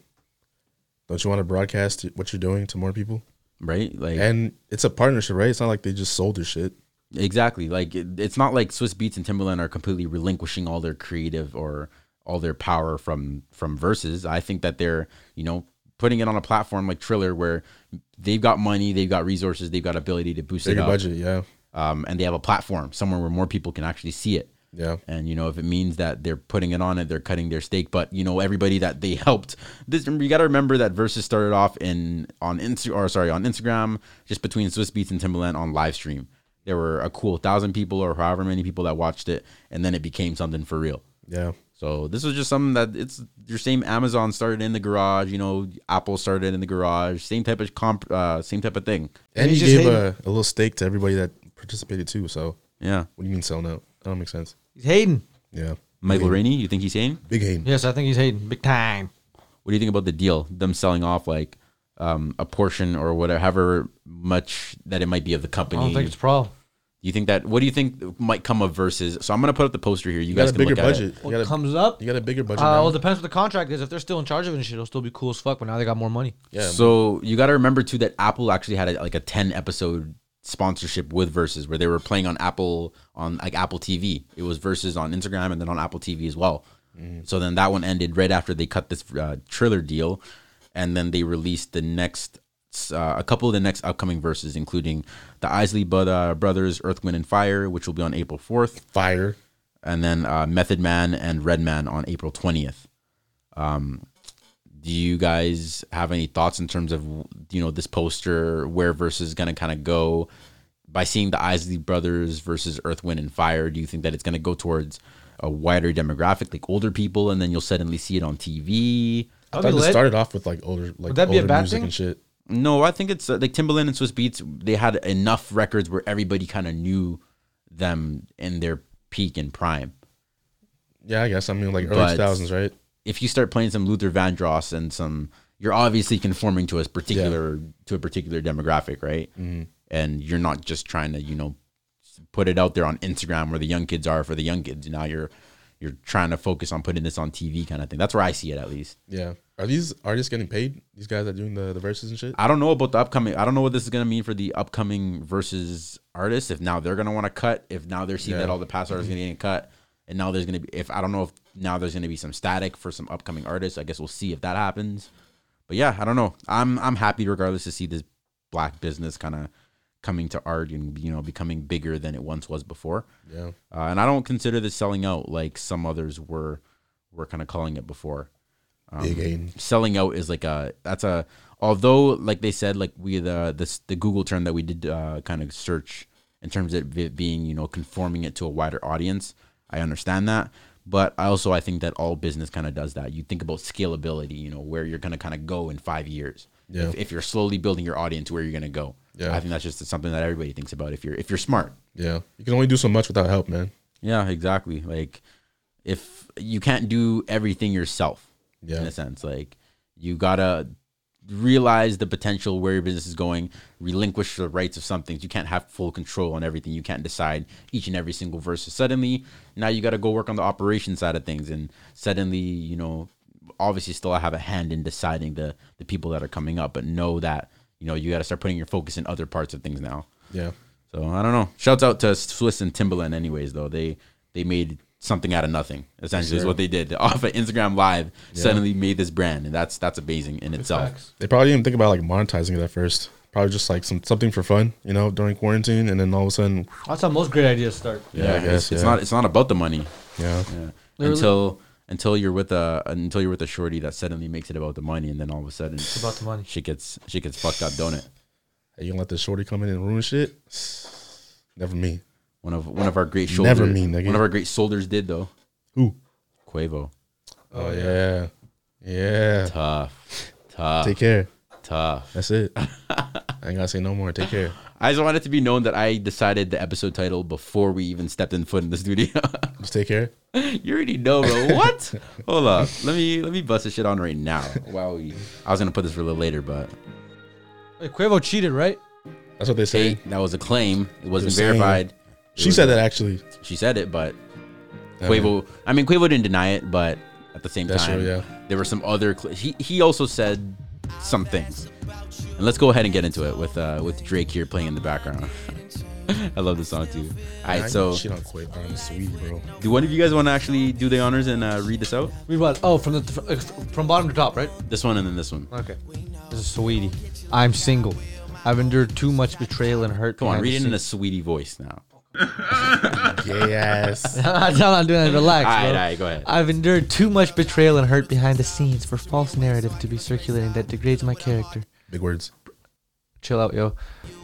Don't you want to broadcast what you're doing to more people? Right, like And it's a partnership, right? It's not like they just sold their shit. exactly, like it, it's not like Swiss Beats and Timbaland are completely relinquishing all their creative or all their power from from verses. I think that they're you know putting it on a platform like Triller where they've got money, they've got resources, they've got ability to boost it Bigger up, budget, yeah. um, and they have a platform somewhere where more people can actually see it. Yeah. And you know, if it means that they're putting it on and they're cutting their stake, but you know, everybody that they helped. This you got to remember that Versus started off in on Insta or sorry on Instagram, just between Swiss Beats and Timbaland on live stream. There were a cool thousand people or however many people that watched it, and then it became something for real. Yeah. So this was just something that it's your same Amazon started in the garage, you know, Apple started in the garage, same type of comp, uh, same type of thing. And he you just gave hated- a, a little stake to everybody that participated too. So Yeah. what do you mean selling out? That don't make sense. He's hating. Yeah. Michael Rainey, you think he's hating? Big hating. Yes, I think he's hating big time. What do you think about the deal? Them selling off like um, a portion or whatever, however much that it might be of the I company. don't think it's a problem. you think that? What do you think might come of versus? So I'm gonna put up the poster here. You, You guys got a can bigger look at budget. it. You What got, a, comes up? you got a bigger budget. Uh, now. well, depends what the contract is. If they're still in charge of it and shit, it'll still be cool as fuck. But now they got more money. yeah. So you got to remember too that Apple actually had a, like a ten episode sponsorship with Versus, where they were playing on Apple on like Apple TV. It was Versus on Instagram and then on Apple TV as well. Mm-hmm. So then that one ended right after they cut this uh, Triller deal, and then they released the next uh, a couple of the next upcoming Verses, including the Isley Bud- uh, Brothers, Earth, Wind and Fire, which will be on April fourth fire. and then uh, Method Man and Redman on April 20th. Um, do you guys have any thoughts in terms of you know this poster where versus going to kind of go by seeing the Isley Brothers versus Earth, Wind, and Fire? Do you think that it's going to go towards a wider demographic, like older people, and then you'll suddenly see it on TV? I thought That'd be it lit. started off with like older, like Would that be a older bad music thing? and shit. No, I think it's uh, like Timbaland and Swiss Beats. They had enough records where everybody kind of knew them in their peak and prime. Yeah, I guess. I mean, like early But- 2000s, right? if you start playing some Luther Vandross and some, you're obviously conforming to a particular to a particular demographic, right? And you're not just trying to, you know, s- put it out there on Instagram where the young kids are for the young kids. Now you're you're trying to focus on putting this on TV kind of thing. That's where I see it at least. Yeah. Are these artists getting paid? These guys that are doing the, the verses and shit? I don't know about the upcoming. I don't know what this is gonna mean for the upcoming versus artists. If now they're gonna want to cut. If now they're seeing that Yeah. all the past artists are getting cut, and now there's gonna be. If I don't know if now there's gonna be some static for some upcoming artists. I guess we'll see if that happens. But yeah, I don't know. I'm I'm happy regardless to see this black business kind of coming to art and you know becoming bigger than it once was before. Yeah. Uh, and I don't consider this selling out like some others were were kind of calling it before Big hating. selling out is like a that's a although like they said like we the this the Google term that we did uh, kind of search in terms of it being you know conforming it to a wider audience. I understand that, but I also I think that all business kind of does that. You think about scalability, you know, where you're gonna kind of go in five years. Yeah. If, if you're slowly building your audience, where you're gonna go. Yeah. I think that's just something that everybody thinks about if you're if you're smart. Yeah. You can only do so much without help, man. Yeah, exactly. Like if you can't do everything yourself, in Yeah. a sense, like you gotta realize the potential where your business is going, relinquish the rights of some things. You can't have full control on everything. You can't decide each and every single verse. So suddenly, now you gotta go work on the operation side of things, and suddenly, you know, obviously, still I have a hand in deciding the the people that are coming up, but know that you know you gotta start putting your focus in other parts of things now. Yeah. So I don't know. Shouts out to Swiss and Timbaland, anyways. Though they they made something out of nothing. Essentially, is what they did off of Instagram Live. Suddenly made this brand, and that's that's amazing in itself. They probably didn't think about like monetizing it at first. Probably just like some something for fun, you know, during quarantine, and then all of a sudden, That's how most great ideas start. Yeah, I it's, guess, it's yeah. not it's not about the money yeah, Literally. until until you're with a until you're with a shorty that suddenly makes it about the money, and then all of a sudden It's about the money. she gets she gets fucked up, don't it? Hey, you gonna let this shorty come in and ruin shit? Never me. One of one of our great shoulders, Never mean, nigga. one of our great soldiers did though. Who? Quavo, Oh, yeah, yeah. tough, tough, Take care. tough. That's it. I ain't gotta say no more. Take care. I just want it to be known that I decided the episode title before we even stepped in foot in the studio. Just take care. you already know, bro. What? Hold up. Let me let me bust this shit on right now. Wow. I was gonna put this for a little later, but Wait, Quavo cheated, right? That's what they say. hey, that was a claim. It wasn't saying- verified. she said that actually. She said it, but I mean, Quavo. I mean, Quavo didn't deny it, but at the same Uh-huh. That's time, true, yeah. there were some other. Cl- he he also said some things, and let's go ahead and get into it with uh with Drake here playing in the background. I love this song too. All I right, so shit on Quavo. I'm sweet, bro. Do one of you guys want to actually do the honors and uh, read this out? We what? Oh, from the fr- uh, from bottom to top, right? This one and then this one. Okay. This is sweetie. I'm single. I've endured too much betrayal and hurt. Come on, behind read it the in a scenes. sweetie voice now. Yes. I'm not doing that. Relax. All right, bro. all right, go ahead. I've endured too much betrayal and hurt behind the scenes for false narrative to be circulating that degrades my character. Big words. Chill out, yo.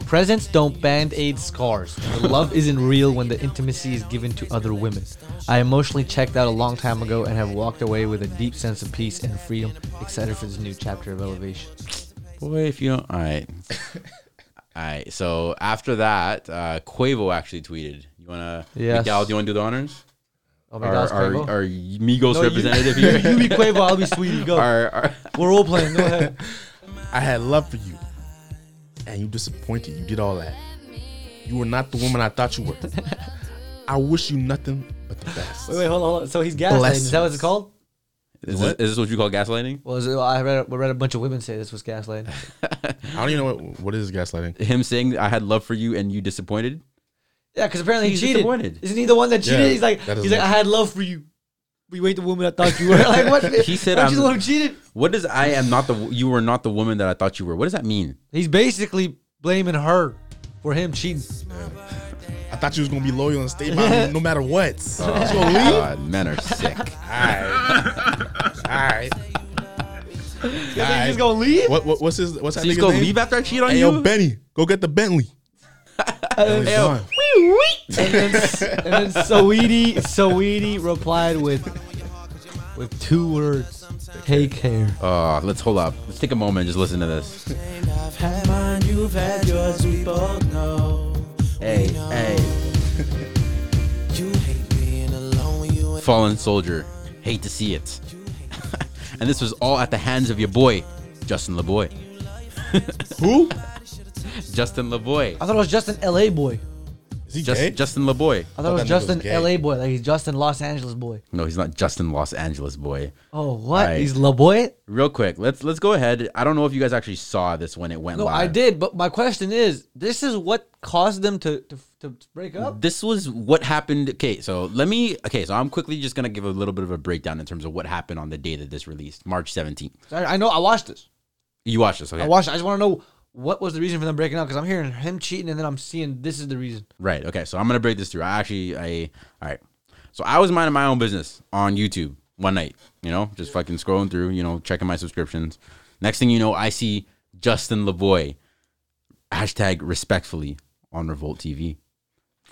Presents don't band aid scars. The love isn't real when the intimacy is given to other women. I emotionally checked out a long time ago and have walked away with a deep sense of peace and freedom, excited for this new chapter of elevation. Boy, if you don't. All right. all right. So after that, uh, Quavo actually tweeted. You want to. Yes. Miguel, do you want to do the honors? I'll be Our, Dos our, Quavo. our Migos No, you- representative you, here. you be Quavo, I'll be Sweetie. Go. our, our, We're role playing. Go ahead. I had love for you, and you disappointed. You did all that. You were not the woman I thought you were. I wish you nothing but the best. Wait, wait, hold on. Hold on. So he's gaslighting. Is that what Blessings. it's called? is, this, What? is this what you call gaslighting? Well, is it, well, I read, I read a bunch of women say this was gaslighting. I don't even know what what is gaslighting. Him saying I had love for you and you disappointed. Yeah, because apparently He's he cheated. disappointed. Isn't he the one that cheated? Yeah, he's like, that is he's like, not- I had love for you. We wait the woman I thought you were. like, what? He said Aren't I'm- you the one who cheated. What does I am not the you were not the woman that I thought you were? What does that mean? He's basically blaming her for him cheating. I thought you was gonna be loyal and stay by me no matter what. God, men are sick. All right. You think he's gonna leave? What, what what's his what's that So he's nigga's gonna name? leave after I cheat on Hey, you? yo, Benny, go get the Bentley. Bentley's Ayo. gone. And then, and then Saweetie, Saweetie replied with with two words: "Take care." Uh, let's hold up. Let's take a moment and just listen to this. I've had mine, you've had yours, we both know. Hey, hey. You hate being alone when you ain't. Fallen soldier. Hate to see it. and this was all at the hands of your boy, Justin LeBoy. Who? Justin LeBoy. I thought it was just an LA boy. Is he Just, gay? Justin LeBoy. I thought it was that nigga just was an gay. LA boy. Like he's just an Los Angeles boy. No, he's not Justin Los Angeles boy. Oh, what? Right. He's La Boy? Real quick, let's let's go ahead. I don't know if you guys actually saw this when it went No, live. I did. But my question is, this is what caused them to to, to break up. This was what happened. Okay, so let me. Okay, so I'm quickly just gonna give a little bit of a breakdown in terms of what happened on the day that this released, March 17th. I, I know. I watched this. You watched this, okay? I watched. it. I just want to know what was the reason for them breaking up because I'm hearing him cheating and then I'm seeing this is the reason. Right. Okay. So I'm gonna break this through. I actually, I all right. So I was minding my own business on YouTube one night. You know, just fucking scrolling through. You know, checking my subscriptions. Next thing you know, I see Justin Lavoy, hashtag respectfully on Revolt TV.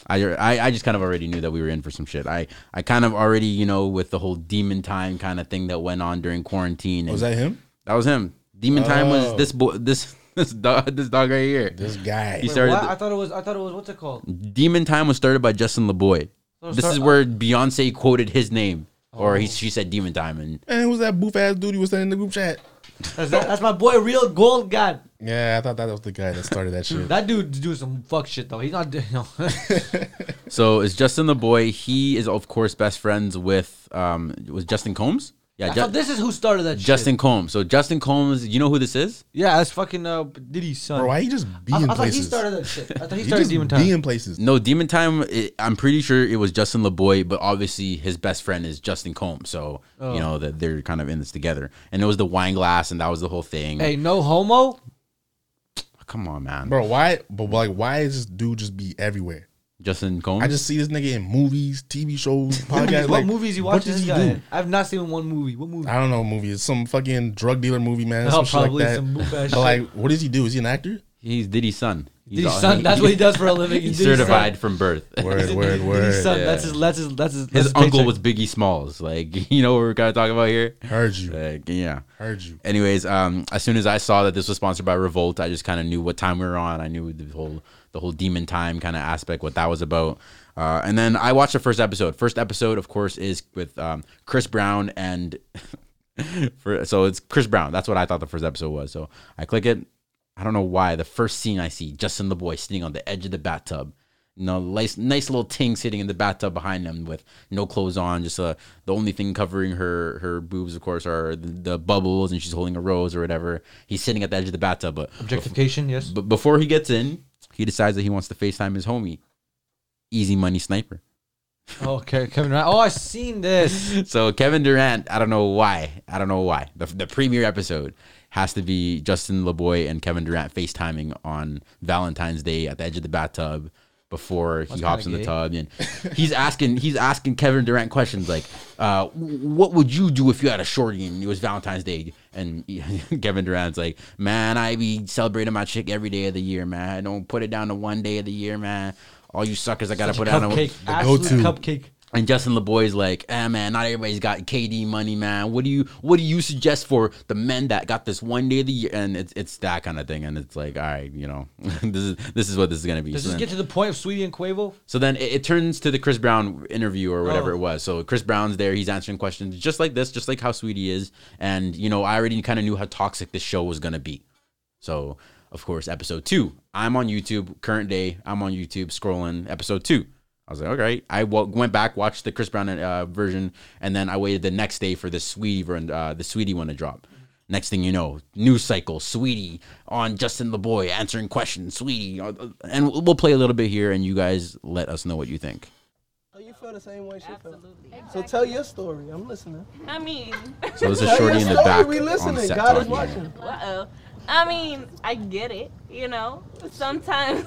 I, I, I just kind of already knew that we were in for some shit. I, I kind of already, you know, with the whole demon time kind of thing that went on during quarantine. And Was that him? that was him. Demon time was Oh. this boy, this this dog, this dog right here. This guy. He started. Why? I thought it was. I thought it was. What's it called? Demon Time was started by Justin LeBoy. was This start- is where Beyonce quoted his name, or he, she said Demon Time, and Man, who's that boof ass dude you was saying in the group chat? That's, that- that's my boy, real gold god. Yeah, I thought that was the guy that started that shit. That dude's doing some fuck shit though. He's not. doing- No. so it's Justin LeBoy. He is of course best friends with um was Justin Combs. Yeah, I Ju- thought this is who started that. Justin Shit. Combs. So Justin Combs, you know who this is? Yeah, that's fucking uh, Diddy's son. Bro, why he just be I, in I thought places? he started that shit. I thought he He started just Demon Time. be in places. No, Demon Time. It, I'm pretty sure it was Justin LeBoy, but obviously his best friend is Justin Combs. So Oh. you know that they're kind of in this together, and it was the wine glass, and that was the whole thing. hey, no homo. come on, man, Bro, why? But like, why is this dude just be everywhere? Justin Combs. I just see this nigga in movies, TV shows, podcasts. what like, movies you what watching? does he This guy. do? in? I've not seen one movie. What movie? I don't know. Movie. It's some fucking drug dealer movie, man. Oh, some shit probably like that. some boof ass But like, what does he do? Is he an actor? He's Diddy's son. He's Diddy's all- son. that's what he does for a living. He's Diddy's son. certified from birth. Word, Diddy- word, Diddy's word. son. That's his. That's his. That's his. His that's uncle paycheck. was Biggie Smalls. Like, you know what we're kind of talking about here? Heard you. Like, yeah. Heard you. Anyways, um, as soon as I saw that this was sponsored by Revolt, I just kind of knew what time we were on. I knew the whole the whole demon time kind of aspect, what that was about. Uh, and then I watched the first episode. First episode, of course, is with um, Chris Brown and for, so it's Chris Brown. That's what I thought the first episode was. So I click it. I don't know why. The first scene I see Justin the boy sitting on the edge of the bathtub. You know, nice, nice little ting sitting in the bathtub behind him with no clothes on. Just uh, the only thing covering her her boobs, of course, are the, the bubbles, and she's holding a rose or whatever. He's sitting at the edge of the bathtub, but objectification. Yes. but before he gets in, he decides that he wants to Facetime his homie, Easy Money Sniper. Okay, Kevin Durant. Oh, I seen this. So Kevin Durant, I don't know why. I don't know why. The, the premiere episode has to be Justin LeBoy and Kevin Durant FaceTiming on Valentine's Day at the edge of the bathtub before he hops in the gay. tub and he's asking he's asking Kevin Durant questions like uh, what would you do if you had a shorty and it was Valentine's Day and Kevin Durant's like man I be celebrating my chick every day of the year man I don't put it down to one day of the year man all you suckers I gotta put it down cupcake. to Absolute go-to. cupcake. And Justin LeBoy's like, eh, man, not everybody's got KD money, man. What do you what do you suggest for the men that got this one day of the year? And it's it's that kind of thing. And it's like, all right, you know, this is this is what this is gonna be. Does So this then- get to the point of Sweetie and Quavo? so then it, it turns to the Chris Brown interview or whatever Oh. it was. So Chris Brown's there, he's answering questions just like this, just like how sweet he is. And you know, I already kind of knew how toxic this show was gonna be. So of course, episode two. I'm on YouTube, current day. I'm on YouTube scrolling episode two. I was like, all right. I w- went back, watched the Chris Brown uh, version, and then I waited the next day for the sweetie ver- uh, the sweetie one to drop. Next thing you know, news cycle, sweetie on Justin LeBoy answering questions, sweetie, uh, uh, and we'll we'll play a little bit here, and you guys let us know what you think. Oh, you feel the same way she felt. So tell your story. I'm listening. I mean, So there's a Tell shorty your in the story. back We on listening. set God is talking. watching. uh oh. I mean, I get it, you know? Sometimes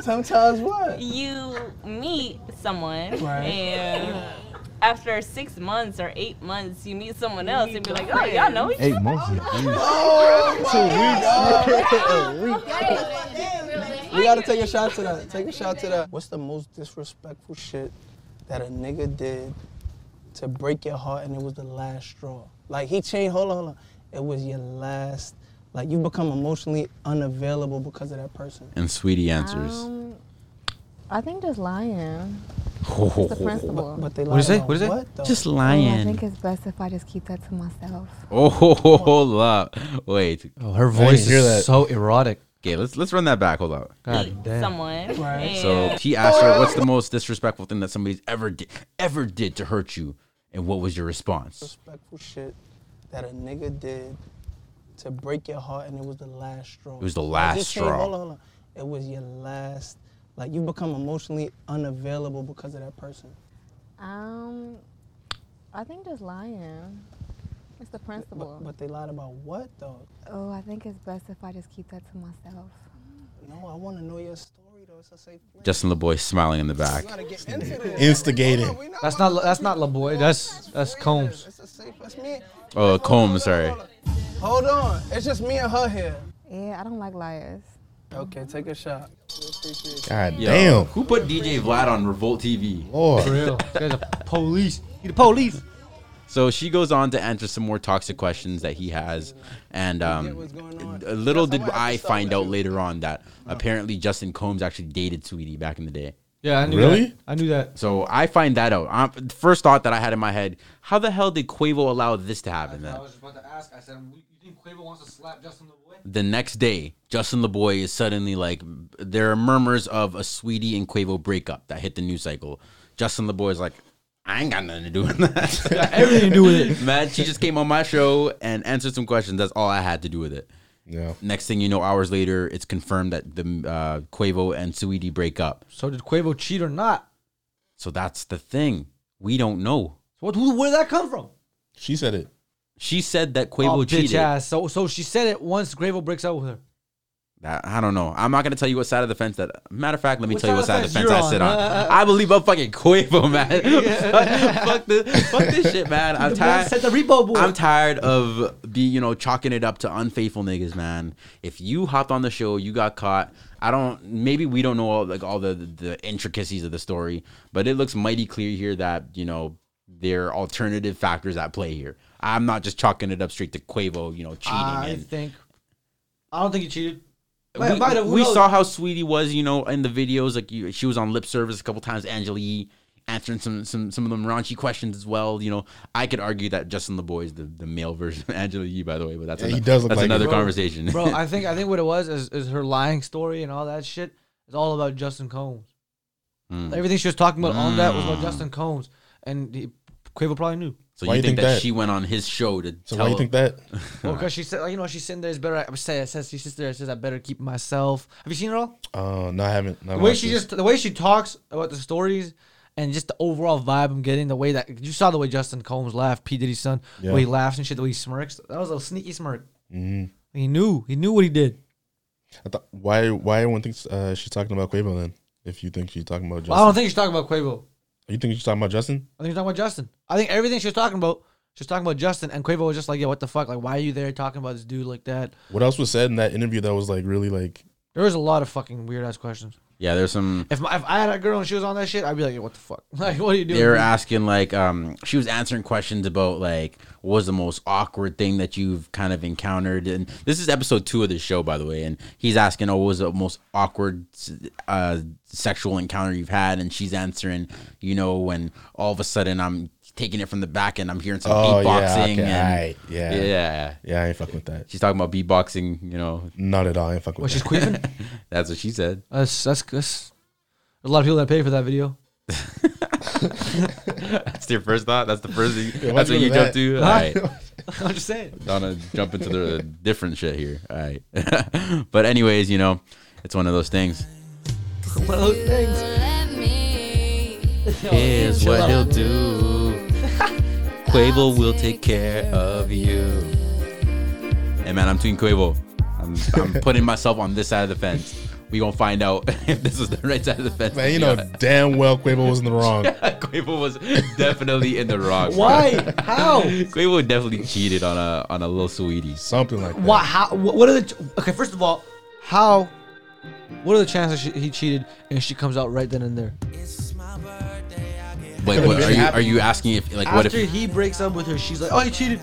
Sometimes what? you meet someone Right. and after six months or eight months, you meet someone else and be like, oh, y'all know each Eight months. We gotta take a shot to that. Take a shot to that. What's the most disrespectful shit that a nigga did to break your heart and it was the last straw? Like he changed. Hold on, hold on. It was your last. Like you become emotionally unavailable because of that person. And sweetie answers. Um, I think just lying. It's Oh, the principle. But they What is lied it? on What is it? What though? Just I think lying. it's best if I just keep that to myself. Oh, hold up. Wait. Oh, her voice hear is that. so erotic. Okay, let's let's run that back. Hold up. God damn. someone. Right. And So he asked her, "What's the most disrespectful thing that somebody's ever did, ever did to hurt you?" And what was your response? Disrespectful shit that a nigga did to break your heart and it was the last straw. It was the last straw. Hold on, hold on. It was your last. Like you become emotionally unavailable because of that person. Um, I think just lying. It's the principle. But, but they lied about what though? oh, I think it's best if I just keep that to myself. No, I want to know your story though. It's a safe place. Justin LeBoy smiling in the back. gotta get into this. Instigating. We That's not that's not LaBoy. That's that's Combs. It's a safe. It's me. Oh, Combs, sorry. Hold on. It's just me and her here. Yeah, I don't like liars. Okay, take a shot. God Yo, damn. Who put DJ Vlad on Revolt TV? Lord. For real. This guy's a police. He the police. So she goes on to answer some more toxic questions that he has, and um, what's going on. uh, little did That's how I I have to find stop out later on that apparently Justin Combs actually dated Sweetie back in the day. Yeah, I knew Really? that. I knew that. So I find that out. Um, the first thought that I had in my head: How the hell did Quavo allow this to happen? Then just about to ask. I said, you think Quavo wants to slap Justin LaBoy? the next day, Justin LeBoy is suddenly like, there are murmurs of a Sweetie and Quavo breakup that hit the news cycle. Justin LeBoy is like, I ain't got nothing to do with that. Everything to do with it. Man, she just came on my show and answered some questions. That's all I had to do with it. Yeah. Next thing you know, hours later, it's confirmed that the uh, Quavo and Sweetie break up. So did Quavo cheat or not? So that's the thing. We don't know. So what? Who, where did that come from? She said it. She said that Oh, Quavo bitch cheated. ass. So so she said it once Quavo breaks up with her. That- I don't know. I'm not gonna tell you what side of the fence that. Matter of fact, let me What tell you what side side of of the the fence I fence sit you're on. on? Uh, I believe I'm fucking Quavo, man. fuck, fuck this, fuck this shit, man. I'm tired. Said the Rebo boy. I'm tired of be you know chalking it up to unfaithful niggas, man. If you hopped on the show, you got caught. I don't. Maybe we don't know all, like all the the intricacies of the story, but it looks mighty clear here that you know there are alternative factors at play here. I'm not just chalking it up straight to Quavo, you know, cheating. I and, think. I don't think he cheated. we, But- but who we knows? saw how sweet he was, you know, in the videos. Like you, she was on lip service a couple times. Angela Yee answering some some some of them raunchy questions as well. You know, I could argue that Justin LeBoy is the, the male version of Angela Yee, by the way, but that's Yeah, ano- he does look that's like another it. conversation. Bro, I think I think what it was is, is her lying story and all that shit is all about Justin Combs. Mm. Everything she was talking about on that Mm. was about Justin Combs, and he, Quavo probably knew. so Why you you think, think that, that? she went on his show to So tell? why you think that? Well, because she said, like, you know, she's sitting there. It's better. I say, says she sits there. and says, I better keep myself. Have you seen her all? Uh, no, I haven't. No, The way she just, the way she talks about the stories, and just the overall vibe I'm getting. The way that you saw the way Justin Combs laughed, P Diddy's son, the way he Yeah. Mm-hmm. laughs and shit, the way he smirks. That was a sneaky smirk. He knew. He knew what he did. I thought, why? Why everyone thinks uh, she's talking about Quavo then? If you think she's talking about Justin, Well, I don't think she's talking about Quavo. you think she's talking about Justin? I think she's talking about Justin. I think everything she was talking about, she was talking about Justin, and Quavo was just like, "Yeah, what the fuck? Like, why are you there talking about this dude like that?" What else was said in that interview that was like really like There was a lot of fucking weird ass questions. Yeah, there's some. If, my, if I had a girl and she was on that shit, I'd be like, yo, what the fuck? Like, what are you doing? They were Mm-hmm. dude? asking like, um, she was answering questions about like, what was the most awkward thing that you've kind of encountered? And this is episode two of the show, by the way. And he's asking, oh, what was the most awkward uh, sexual encounter you've had? And she's answering, you know, when all of a sudden I'm taking it from the back and I'm hearing some Oh, yeah, beatboxing. okay, and, aight, yeah. yeah. Yeah, I ain't fucking with that. She's talking about beatboxing, you know. Not at all. I ain't fucking with What, she's that. queefing? That's what she said. that's, that's, that's, there's a lot of people that pay for that video. That's your first thought. That's the first. Thing, why'd that's you what you go jump to to. All right. I'm just saying. Donna jump into the different shit here. All right. but anyways, you know, it's one of those things. One of those things. Here's what he'll do. Quavo will take care of you. Hey man, I'm tweeting Quavo. I'm, I'm putting myself on this side of the fence. We gonna find out if this was the right side of the fence. Man, you know damn well Quavo was in the wrong. Quavo was definitely in the wrong. bro. Why? How? Quavo definitely cheated on a on a little sweetie. Something like that. Why? How? wh- What are the? ch- Okay, first of all, how? What are the chances she, he cheated and she comes out right then and there? Wait, what, are you are you asking if like what After if he breaks up with her, she's like, "Oh, he cheated."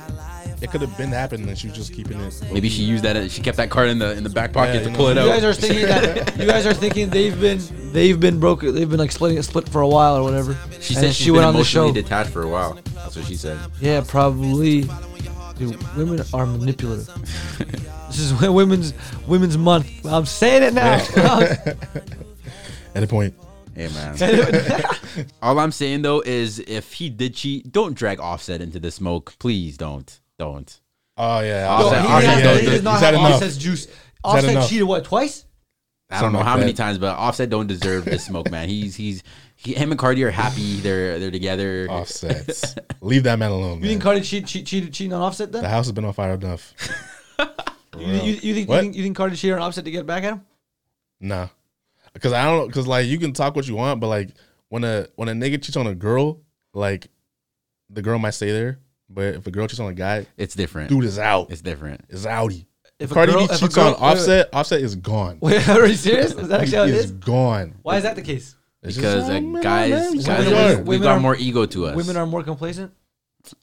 It could have been happening and she was just keeping it. maybe she used that she kept that card in the in the back pocket Yeah, to you pull know. it You out? guys are thinking that you guys are thinking they've been they've been broke they've been like splitting split for a while or whatever. She And said then she went on the show. Detached for a while. That's what she said. Yeah, probably. Dude, women are manipulative. this is wo- women's women's month. I'm saying it now. At a point. Hey man. All I'm saying though is if he did cheat, don't drag Offset into the smoke. Please don't. Don't. Oh yeah. Yo, Offset- he Offset has- does he that. does Is that enough? Offset's juice. Offset enough? cheated what twice? I don't Something know like how many that. times, but Offset don't deserve the smoke, man. He's he's he, him and Cardi are happy. They're they're together. Offsets. Leave that man alone. You man. think Cardi cheat, cheat, cheated cheating on Offset then? the house has been on fire enough. You, you, you, think, you What? think you think Cardi cheated on Offset to get back at him? Nah, because I don't. Because like you can talk what you want, but like when a when a nigga cheats on a girl, like the girl might stay there, but if a girl cheats on a guy, It's different. dude is out. It's different. Is outie. If If a Cardi girl- B if a cheats girl- on Offset, Offset is gone. Wait, are you serious? Is that actually how it He is? gone. Why is that the case? It's Because just- uh, Oh, man, man, guys, it's guys, how we are. we've, we've Women got are- more ego to us. Women are more complacent.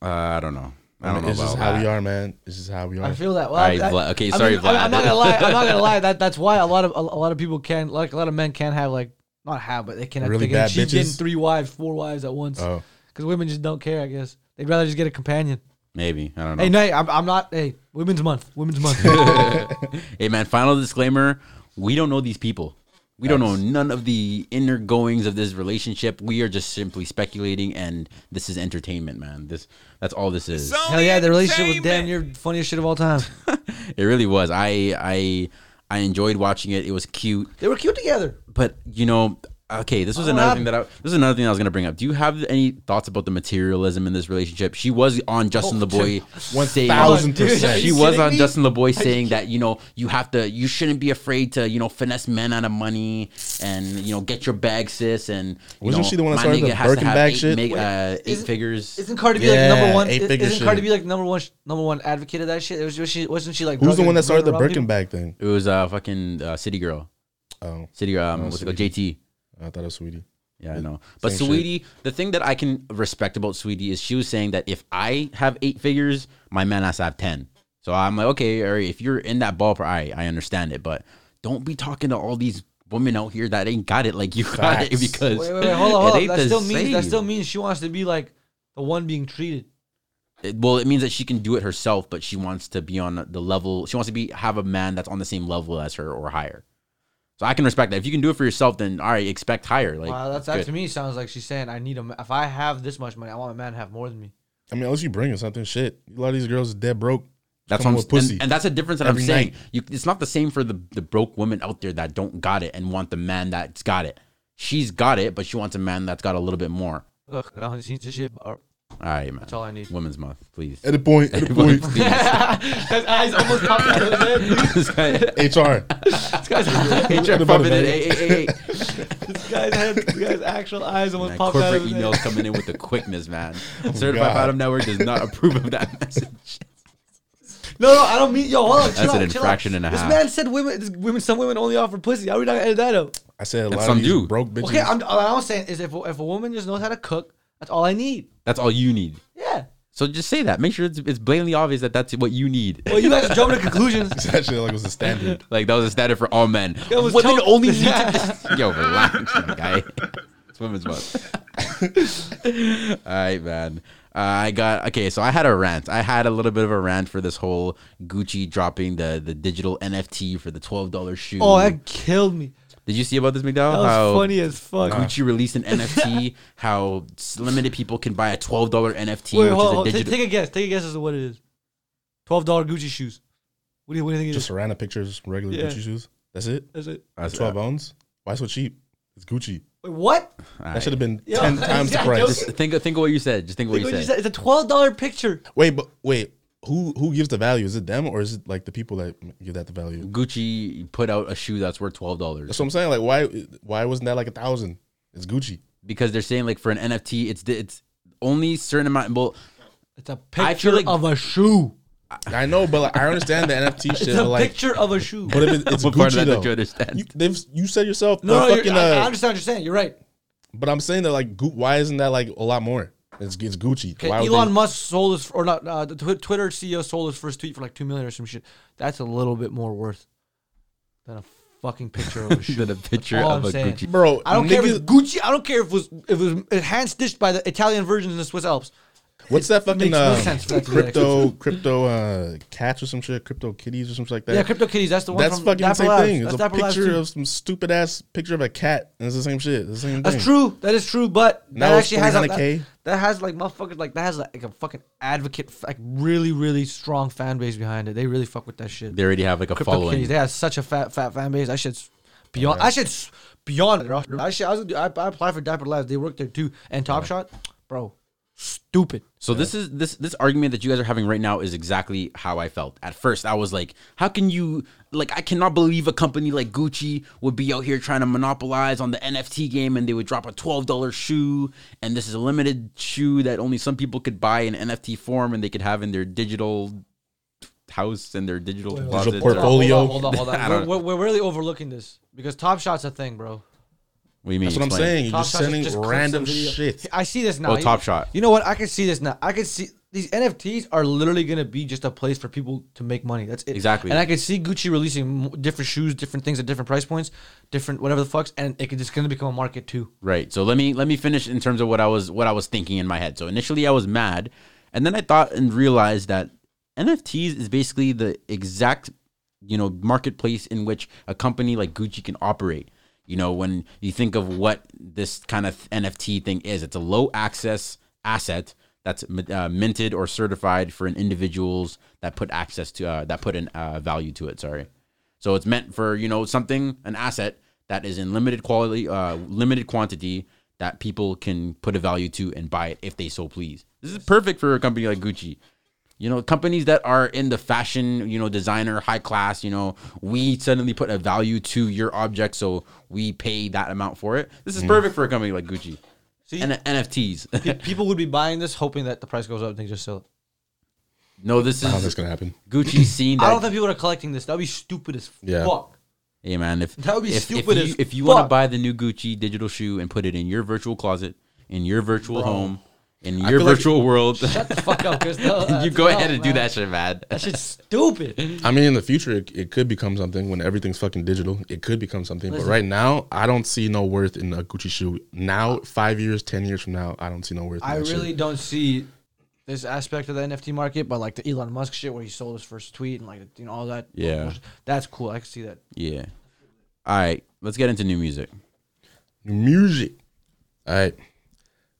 Uh, I don't know. I don't know It's about just how that. we are, man. It's just how we are. I feel that. Well, All right, I- Vla- okay, I sorry, mean, I'm- I'm not Vlad. gonna lie. I'm not gonna lie. That that's why a lot of a, lot of people can like a lot of men can have like not have, but they can Really they can bad cheat, getting bitches? three wives, four wives at once. oh, Because women just don't care, I guess. They'd rather just get a companion. Maybe I don't Oh. know. Hey, no, I'm, I'm not. Hey, Women's Month. Women's Month. That's Hey man, final disclaimer: we don't know these people. We don't know none of the inner goings of this relationship. We are just simply speculating, and this is entertainment, man. This that's all this is. Hell yeah, the relationship was damn near funniest shit of all time. It really was. I I I enjoyed watching it. It was cute, they were cute together. but you know, okay, this was Oh, another thing that I this is another thing I was gonna bring up. Do you have any thoughts about the materialism in this relationship? She was on Justin the Boy one saying- thousand Oh, dude, percent. she you was kidding on me? Justin LeBoy saying that you know you have to you shouldn't be afraid to you know finesse men out of money and you know get your bag sis and you Wasn't know, she the one that my started nigga the has to Birkin have bag eight, shit? make, uh, eight isn't- figures. Isn't Cardi B Yeah, like number one? eight is- figure Isn't shit. Cardi B like number one? sh- Number one advocate of that shit. It was, was she, wasn't she like? Who's the drugging- one that started the drugging around Birkin people? bag thing? it was uh fucking uh, City Girl, Oh, City um, what's it Sweetie. called JT. I thought it was sweetie. Yeah, I know. But same shit. Sweetie, the thing that I can respect about Sweetie is she was saying that if I have eight figures, my man has to have ten. So I'm like, okay, all right, if you're in that ballpark, I I understand it, but don't be talking to all these women out here that ain't got it like you got it Facts. because Wait, wait, wait, hold on, it hold on. ain't That the still means that same. still means she wants to be like the one being treated. It- well, it means that she can do it herself, but she wants to be on the level. She wants to be have a man that's on the same level as her or higher. So I can respect that. If you can do it for yourself, then all right, expect higher. Like wow, that's, that good. to me sounds like she's saying, "I need a. ma- If I have this much money, I want a man to have more than me." I mean, unless you bring her something, shit. A lot of these girls are dead broke. That's what Come I'm with pussy. pussy. And, that's a difference that Every I'm saying. night. You, it's not the same for the, the broke women out there that don't got it and want the man that's got it. She's got it, but she wants a man that's got a little bit more. Look, I don't need to shit. All All right, man. That's all I need. Women's month, please. At a point, at a point. Please. His eyes almost popped out of his head. This guy- HR. This guy's, this Hey, Jeff, What about pop it in. it? Hey, hey, hey. guy's head, this guy's actual eyes almost Man, popped out corporate of his emails head. coming in Oh, with the quickness, man. Certified God. Bottom Network does not approve of that message. No, no, I don't mean. Yo, hold on. Chill That's out, an chill infraction out. and a This half. man said women, this, women, some women only offer pussy. How are we not gonna edit that out? I said a That's lot of these undue. broke bitches. Okay, I'm, all I was saying is if if a woman just knows how to cook, that's all I need. That's all you need. Yeah. So just say that. Make sure it's, it's blatantly obvious that that's what you need. Well, you guys are jumping to conclusions. that shit like was the standard. Like that was a standard for all men. That was Women tot- only need to just yo relax, my guy. It's women's month. all right, man. Uh, I got okay. So I had a rant. I had a little bit of a rant for this whole Gucci dropping the the digital NFT for the twelve dollars shoe. Oh, that killed me. Did you see about this, McDowell? That was How- funny as fuck. Gucci released an NFT. How s- limited people can buy a twelve dollar NFT, Wait, which hold, hold, is a take, digital. take a guess. Take a guess as to what it is. Twelve dollar Gucci shoes. What do you what do you think Just it Serrano pictures, regular Yeah. Gucci shoes. That's it. is? Is it? That's- Twelve ounce. Why so cheap? It's Gucci. Wait, what? All That right. should have been Yo, ten times the yeah, price. Just think, think of what you said. Just think of what Like you what you said. said, It's a twelve dollar picture. Wait, but wait, who who gives the value? Is it them or is it like the people that give that the value? Gucci put out a shoe that's worth twelve dollars. That's what I'm saying. Like, why why wasn't that like a thousand? It's Gucci. because they're saying like for an NFT, it's it's only certain amount. Well, It's a I feel picture like- of a shoe. I know, but like, I understand the NFT shit. It's a But like, picture of a shoe. but if it, it's What Gucci part of that though, don't you understand? You, they've, you said yourself. no, No, no, fucking, you're, I, I uh, understand what you're saying. You're right. but I'm saying that like, Gu- why isn't that like a lot more? It's, it's Gucci. Okay, Why would Elon they- Musk sold his, or not, uh, the Twi- Twitter CEO sold his first tweet for like two million or some shit. That's a little bit more worth than a fucking picture of a shoe. than a picture all of I'm a saying. Gucci. bro, I don't care if niggas, it's Gucci. I don't care if it was if it was it hand stitched by the Italian versions in the Swiss Alps. what's that fucking makes no uh, sense for that to be crypto crypto uh, cats or some shit, crypto kitties or something like that? yeah, CryptoKitties. That's the one. That's from fucking the Dapper same Labs. thing. It's That's a Dapper Labs picture too. of some stupid ass picture of a cat, and it's the same shit. It's the same That's thing. true. That is true. But Now that it's actually has a, that, 300K. that has like motherfuckers like that has like a fucking advocate, f- like really really strong fan base behind it. They really fuck with that shit. They already have like a CryptoKitties. following. They have such a fat fat fan base. I should beyond. I should beyond. bro. I should. I, was, I, I applied for Dapper Labs. They work there too. And Top Shot, bro, stupid. So this is this this argument that you guys are having right now is exactly how I felt. At first, I was like, "How can you like? I cannot believe a company like Gucci would be out here trying to monopolize on the NFT game, and they would drop a twelve dollar shoe, and this is a limited shoe that only some people could buy in NFT form, and they could have in their digital house and their digital, closet. portfolio. Polio. Hold on, hold on. Hold I on. don't- We're, we're, we're really overlooking this because Top Shot's a thing, bro. What do you mean? That's what I'm Explain. saying. You're Top just Shot's sending clips random and video. shit. I see this now. Oh, Top Shot. You know what? I can see this now. I can see these NFTs are literally gonna be just a place for people to make money. That's it. Exactly. And I can see Gucci releasing m- different shoes, different things at different price points, different whatever the fucks, and it could, it's gonna become a market too. Right. So let me let me finish in terms of what I was what I was thinking in my head. So initially I was mad, and then I thought and realized that NFTs is basically the exact you know marketplace in which a company like Gucci can operate. You know, when you think of what this kind of NFT thing is, it's a low access asset that's uh, minted or certified for an individuals that put access to uh, that put an uh, value to it. Sorry. So it's meant for you know something, an asset that is in limited quality, uh, limited quantity that people can put a value to and buy it if they so please. This is perfect for a company like Gucci. You know, companies that are in the fashion, you know, designer, high class, you know, we suddenly put a value to your object, so we pay that amount for it. This is perfect for a company like Gucci. Mm. See, and NFTs. pe- people would be buying this hoping that the price goes up and they just sell it. no, this I don't think it's is gonna happen. Gucci scene. That, I don't think people are collecting this. That would be stupid as Yeah. fuck. Hey man, if That would be if, stupid If as you, if you want to fuck. buy the new Gucci digital shoe and put it in your virtual closet, in your virtual home, in your feel like- virtual world, Shut the fuck up, Chris. you go ahead and do that shit, man. That shit's stupid. I mean, in the future, it, it could become something when everything's fucking digital. It could become something, Listen. but right now, I don't see no worth in a Gucci shoe. Now, five years, ten years from now, I don't see no worth. In I that shit. really don't see this aspect of the NFT market, but like the Elon Musk shit where he sold his first tweet and like you know all that. Yeah. that's cool. I can see that. Yeah. All right, let's get into new music. music. All right,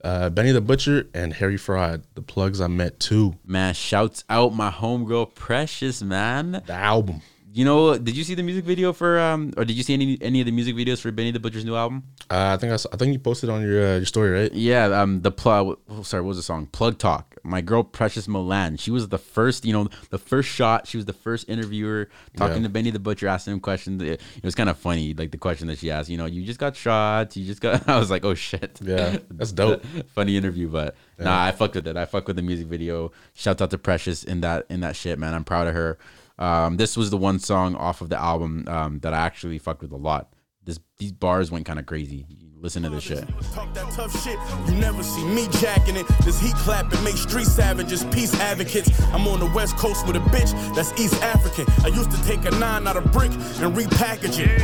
uh, Benny the Butcher and Harry Fraud, the plugs I met too. Man, shouts out my homegirl Precious, man. The album. You know, did you see the music video for um, or did you see any any of the music videos for Benny the Butcher's new album? Uh, I think I, saw, I think you posted on your uh, your story, right? Yeah, um, the plug. Oh, sorry, what was the song? Plug Talk. My girl, Precious Milan. She was the first, you know, the first shot. She was the first interviewer talking Yeah. to Benny the Butcher, asking him questions. It, it was kind of funny, like the question that she asked. You know, you just got shot. You just got. I was like, oh shit. Yeah, that's dope. funny interview, but nah, I fucked with it. I fucked with the music video. Shout out to Precious in that in that shit, man. I'm proud of her. Um, this was the one song off of the album um, that I actually fucked with a lot. This these bars went kind of crazy. Listen to this shit. Talk that tough shit. You never see me jacking it. This heat clapping make street savages peace advocates. I'm on the west coast with a bitch that's East African. I used to take a nine out of brick and repackage it.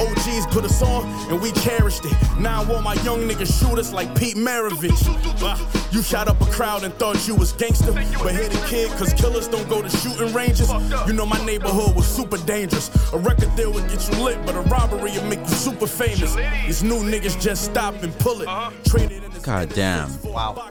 OGs put us on and we cherished it. Now all my young niggas shoot us like Pete Maravich. Bah, You shot up a crowd and thought you was gangster, but hit a kid cause killers don't go to shooting ranges. You know my neighborhood was super dangerous. A record deal would get you lit, but a robbery would make you super famous. These new niggas just stop and pull it. Trade it in the God damn. Wow.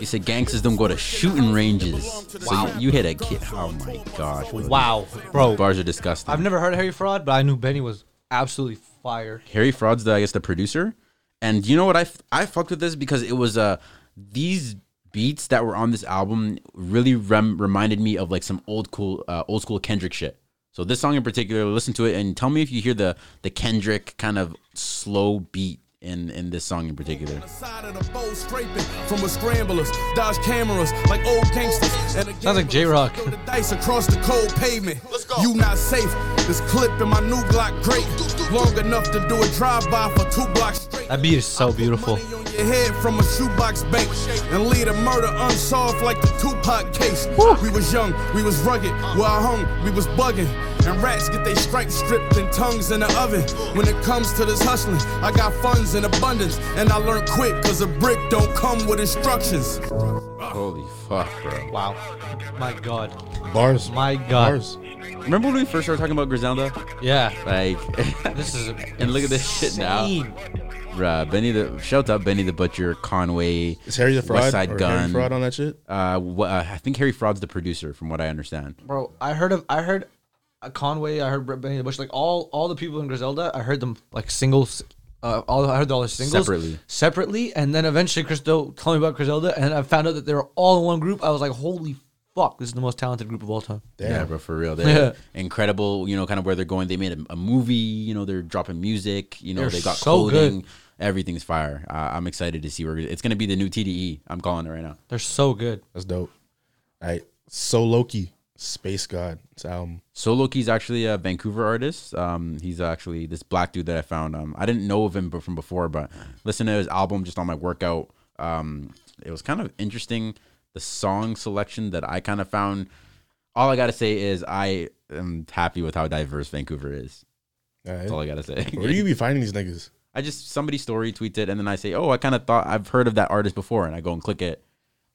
You said gangsters don't go to shooting ranges. So you, you hit a kid. Oh my gosh. bro. Wow, bro. Bars are disgusting. I've never heard of Harry Fraud, but I knew Benny was absolutely fire. Harry Fraud's the I guess the producer, and you know what I f- I fucked with this because it was uh these beats that were on this album really rem- reminded me of like some old cool uh, old school Kendrick shit. So this song in particular, listen to it and tell me if you hear the the Kendrick kind of slow beat in in this song in particular. side of the bowl scraping from a scramblers, dodge cameras like old gangsters. And a Sounds like J-Rock. Throw the dice across the cold pavement. You not safe. This clip in my new Glock great. Long enough to do a drive-by for two blocks straight. That beat is so beautiful. Money on your head from a shoebox bank and lead a murder unsolved like the Tupac case. We was young, we was rugged, where I hung, we was bugging. And rats get they stripes stripped and tongues in the oven. When it comes to this hustling, I got funds in abundance, and I learned quick, cause a brick don't come with instructions. Holy fuck, bro! Wow. My God. Bars. My God. Bars. Remember when we first started talking about Griselda? Yeah. Like, This is and look at this shit now, insane. bruh. Benny the shout out Benny the Butcher, Conway, Is Harry the West fraud? Side or Gun. Harry fraud on that shit. uh, wh- uh, I think Harry Fraud's the producer, from what I understand. bro. I heard of. I heard uh, Conway. I heard Brett Benny the Bush. Like all all the people in Griselda. I heard them like singles. Uh, all I heard all their singles Separately. Separately, and then eventually Christo told me about Griselda, and I found out that they were all in one group. I was like, holy fuck, this is the most talented group of all time. Yeah, Damn. bro, for real, they're incredible. You know, kind of where they're going. They made a, a movie. You know, they're dropping music. You know, They're they got so good. clothing. Everything's fire. Uh, I'm excited to see where it's gonna be. The new TDE. I'm calling it right now. They're so good. That's dope. All right. So Loki, Space God. It's album. Solo Key's actually a Vancouver artist. Um, he's actually this black dude that I found. Um, I didn't know of him be- from before, but listen to his album just on my workout. Um, it was kind of interesting. The song selection that I kind of found. All I gotta say is I am happy with how diverse Vancouver is. All right. That's all I gotta say. Where do you be finding these niggas? I just somebody's story tweets it, and then I say, "Oh, I kind of thought I've heard of that artist before," and I go and click it,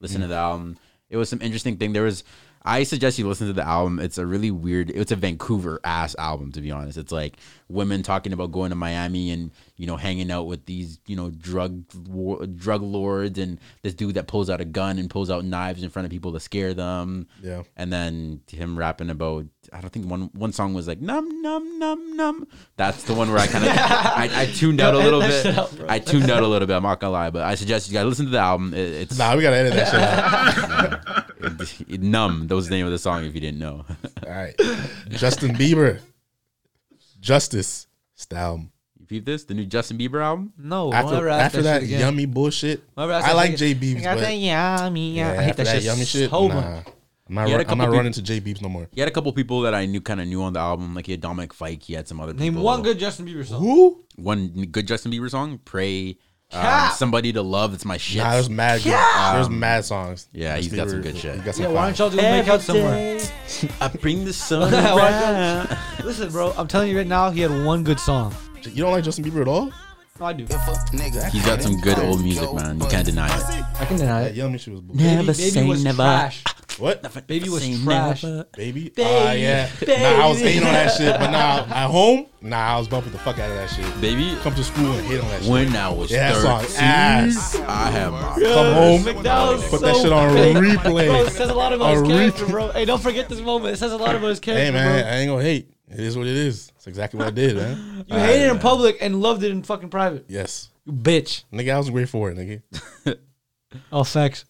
listen to the album. It was some interesting thing. There was, I suggest you listen to the album. It's a really weird. It's a Vancouver ass album, to be honest. It's like women talking about going to Miami and you know hanging out with these you know drug war, drug lords and this dude that pulls out a gun and pulls out knives in front of people to scare them. Yeah. And then him rapping about I don't think one one song was like num num num num. That's the one where I kind of I, I tuned out a little bit. I tuned out a little bit. I'm not gonna lie, but I suggest you guys listen to the album. It, it's Nah, we gotta edit that shit out. it- it- numb. That was the name of the song. If you didn't know, All right. Justin Bieber. Justice. It's the album. you peep this the new Justin Bieber album. No, I'll After, never ask after that, that, shit again. yummy bullshit, Whenever I ask I that like shit- J Beebs, I but think, yummy, yeah, yeah. I hate after that, shit yummy shit. so nah. much. I'm not, He had a run, I'm couple not running to peop- J Beebs no more. He had a couple people that I knew kind of knew on the album. Like he had Dominic Fike. He had some other Name people. one good Justin Bieber song. Who? one good Justin Bieber song. Pray. Um, Cap. somebody to love. It's my shit. Nah, there's mad. Good, there's mad songs. Yeah, Justin he's got some Bieber, good shit. He got some Yeah, why fire. don't y'all do a make out somewhere? I bring the sun. Why don't- around. Listen, bro, I'm telling you right now, he had one good song. You don't like Justin Bieber at all? No, I do. He's got some good old music, man. You can't deny it. I can deny That it. yummy shit was bullshit. Baby, baby was trash. What? Baby was trash. Baby? Ah, yeah. Nah, I was hating on that shit, but now at home, nah, I was bumping the fuck out of that shit. Baby, Come to school and hate on that shit. when I was Yeah, that song 13, ass. I had my Come home, McDonald's put so that shit on Bro, it says replay. a lot about his A character, replay. bro. Hey, don't forget this moment. It says a lot about his character, Hey man, I ain't gonna hate. It is what it is. That's exactly what I did, man. bro. You hated it in public and loved it in fucking private. Yes. You bitch. Nigga, I was great for it, nigga. Oh, facts.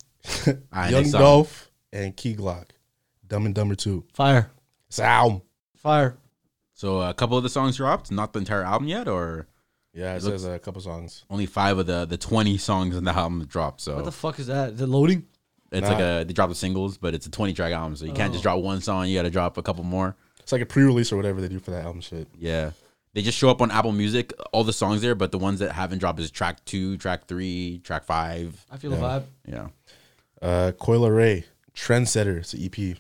I Young saw- Dolph and Key Glock. Dumb and Dumber 2. Fire. It's an album. Fire. So a couple of the songs dropped, not the entire album yet, or Yeah, it Look- says a couple songs. only five of the the twenty songs in the album dropped. So What the fuck is that? Is it loading? it's like a they drop the singles, but it's a twenty track album, so Oh. you can't just drop one song. You got to drop a couple more. It's like a pre release or whatever they do for that album shit. Yeah, They just show up on Apple Music, all the songs there, but the ones that haven't dropped is track two, track three, track five. I feel the Yeah. vibe. Yeah. Uh, Coil Ray, Trendsetter, it's an EP.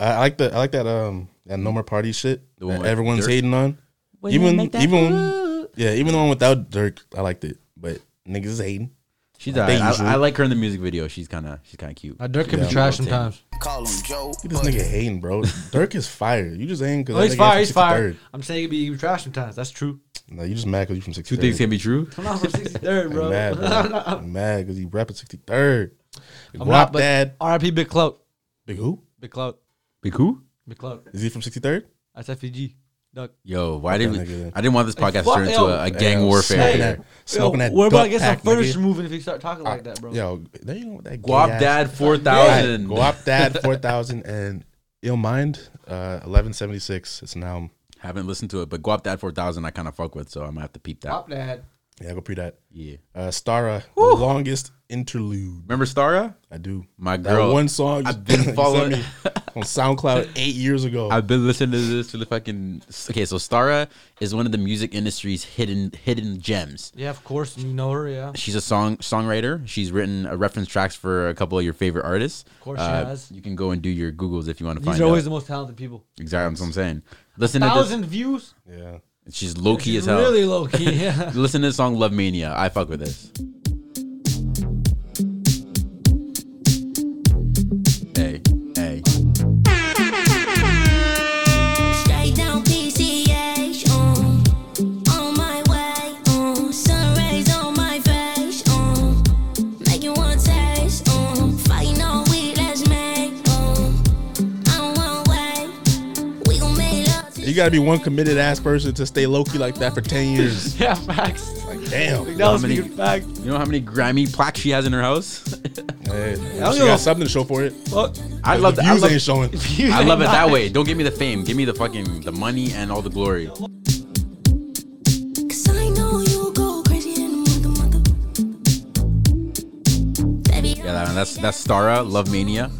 I, I like the I like that um that No More Party shit The one that with everyone's Dirk? hating on. When you even make that even move. yeah, even the one without Dirk, I liked it, but niggas is hating. She's Like they alright. usual. I, I like her in the music video. She's kind of she's kind of cute. Now, Dirk can be trash sometimes. Call him Joe. Look at this nigga hating, bro. Dirk is fire. You just hating because Oh, he's fire. He's fire. I'm saying he can be trash sometimes. That's true. No, you just mad because you from 63rd. Two things can be true. I'm not from 63rd, bro. I'm mad, bro. I'm mad because he rapping 63rd. I'm not, Guap but dad. R.I.P. Big Clout. Big who? Big Clout. Big who? Big Clout. Is he from 63rd? That's FEG. Duck. Yo, why Fuck didn't that we- nigga then. I didn't want this Like, podcast to fuck, turn into yo. a, a gang Yo, warfare. smoking that- smoking that We're about duck to get some pack, nigga. furniture moving if you start talking like that, bro. Yo, there you go with that gay Guap ass- Dad 4000. All right, Guap Dad 4000 and Ill Mind uh, 1176. It's now. Haven't listened to it, but Guap Dad 4000 I kind of fuck with, so I'm gonna have to peep that. Pop that. Yeah, go pre that. Yeah. Uh, Stara, the longest interlude. Remember Stara? I do. My That girl. one song you- I've you been sent following. me on SoundCloud eight years ago. I've been listening to this to the fucking. Okay, so Stara is one of the music industry's hidden hidden gems. Yeah, of course. You know her, yeah. She's a song songwriter. She's written uh, reference tracks for a couple of your favorite artists. Of course she has. You can go and do your googles if you want to These find are out. always the most talented people. exactly that's what I'm saying. Listen to this. Thousand views? yeah. She's low key as She's hell. really low key, yeah. Listen to the song Love Mania. I fuck with this. Hey, hey. Straight down PCH, um, on my way, um, sun rays on my face, um, making one taste, um, fighting all week, let's make, um, I don't wanna wait, we gon' make love. You gotta be one committed ass person to stay low key like that for 10 years. Yeah, facts. Like, damn. That was many- a good fact. You know how many Grammy plaques she has in her house? Hey, she don't know. got something to show for it. Fuck. I The love that. I views love, ain't showing. I love it that way. Don't give me the fame. Give me the fucking the money and all the glory. Cause I know you go crazy in the mother, mother. Baby, Yeah, that- that's that's Stara Love Mania.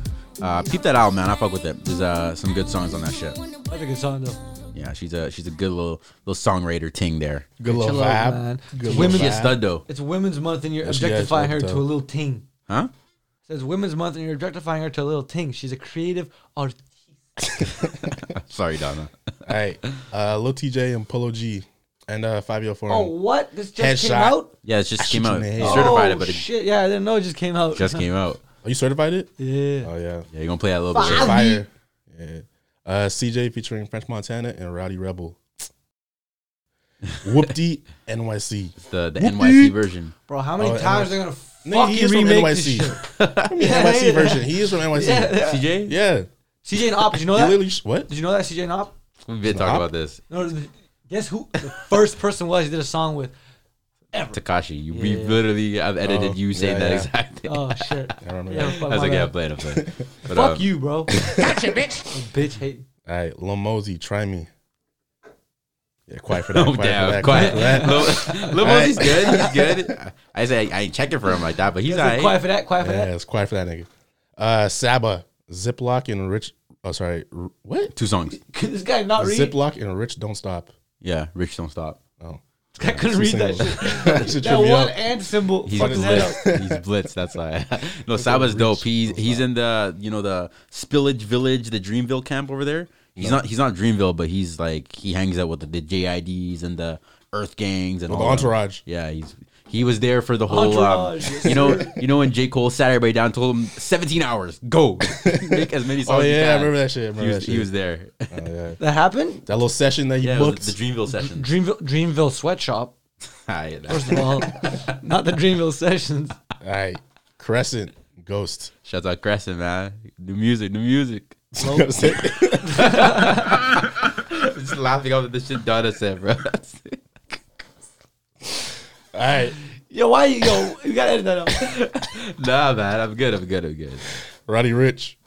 Uh, peep that out, man. I fuck with it. There's uh, some good songs on that shit. That's a good song, though. Yeah, she's a she's a good little little songwriter ting there. Good little Chill out, vibe. man. Good Women- She little a vibe. stud though, It's Women's Month, and you're Yeah, she has objectifying her worked to out. a little ting. huh? It says Women's Month, and you're objectifying her to a little ting. She's a creative artist. Sorry, Donna. All right. Uh, Lil TJ and Polo G and uh, Fabio Forum. Oh, what? This just came Headshot. out? Yeah, it just came shoot out. you in the You head. certified oh, it, but it shit. Yeah, I didn't know it just came out. just came out. Are you certified it? Yeah. Oh, yeah. Yeah, you gonna play that a little bit. Fire. Yeah. Uh, CJ featuring French Montana and Rowdy Rebel. Whoopty NYC. The the Whoop NYC dee. version. Bro, how many Oh, times NYC. they're gonna Nigga, fucking he is from remake NYC. this shit? I mean, Yeah, NYC yeah. version. He is from NYC. Yeah. Yeah. CJ, CJ and Op, did you know He that? literally, sh- what? Did you know that CJ and Op? we've been talking about this. No, th- guess who the first person was he did a song with? Takashi, you we literally I've edited Oh, you saying yeah, that yeah. exact thing. Oh shit! I remember Yeah, that. fuck, I was my like, yeah, I'm bad. playing, I'm playing. But, um, fuck you, bro. gotcha, bitch. bitch hate. All right. Lil Mosey, try me. Yeah, quiet for that. Oh, quiet for damn, that. quiet. for that. Lil Lil Alright. Mosey's good. He's good. I say I ain't checking for him like that, but he's That's it, alright. quiet for that. Quiet for Yeah, that. it's quiet for that nigga. Uh, Saba, Ziploc and Rich. Oh, sorry. R- what? Two songs. Could this guy not read? Ziploc and Rich Don't Stop. Yeah, Rich don't stop. Oh. This guy couldn't read that shit. that shit That tripped me one out. and symbol. He's Fuck his head up. blitzed. he's blitzed. That's why. no, Saba's dope. He's he's in the you know the Spillage Village, the Dreamville camp over there. He's not he's not Dreamville, but he's like he hangs out with the, the JIDs and the Earth Gangs and With all the them. entourage. Yeah, he's he was there for the whole. Um, Entourage, yes, you know you know when J Cole sat everybody down, told him seventeen hours, go make as many songs. Oh, as you yeah, I can." remember that shit. I He remember was, that he shit. was there. Oh, yeah. That happened. That little session that you Yeah, it was booked. the Dreamville session. Ah, Dreamville, Dreamville sweatshop. Alright, First of all, not the Dreamville sessions. All right. Crescent, Ghost. Shouts out Crescent, man. New music, new music. That's it. Just laughing off at the shit Donna said, bro. All right. Yo, why you yo? You gotta edit that out. nah, man. I'm good. I'm good. I'm good. Roddy Rich,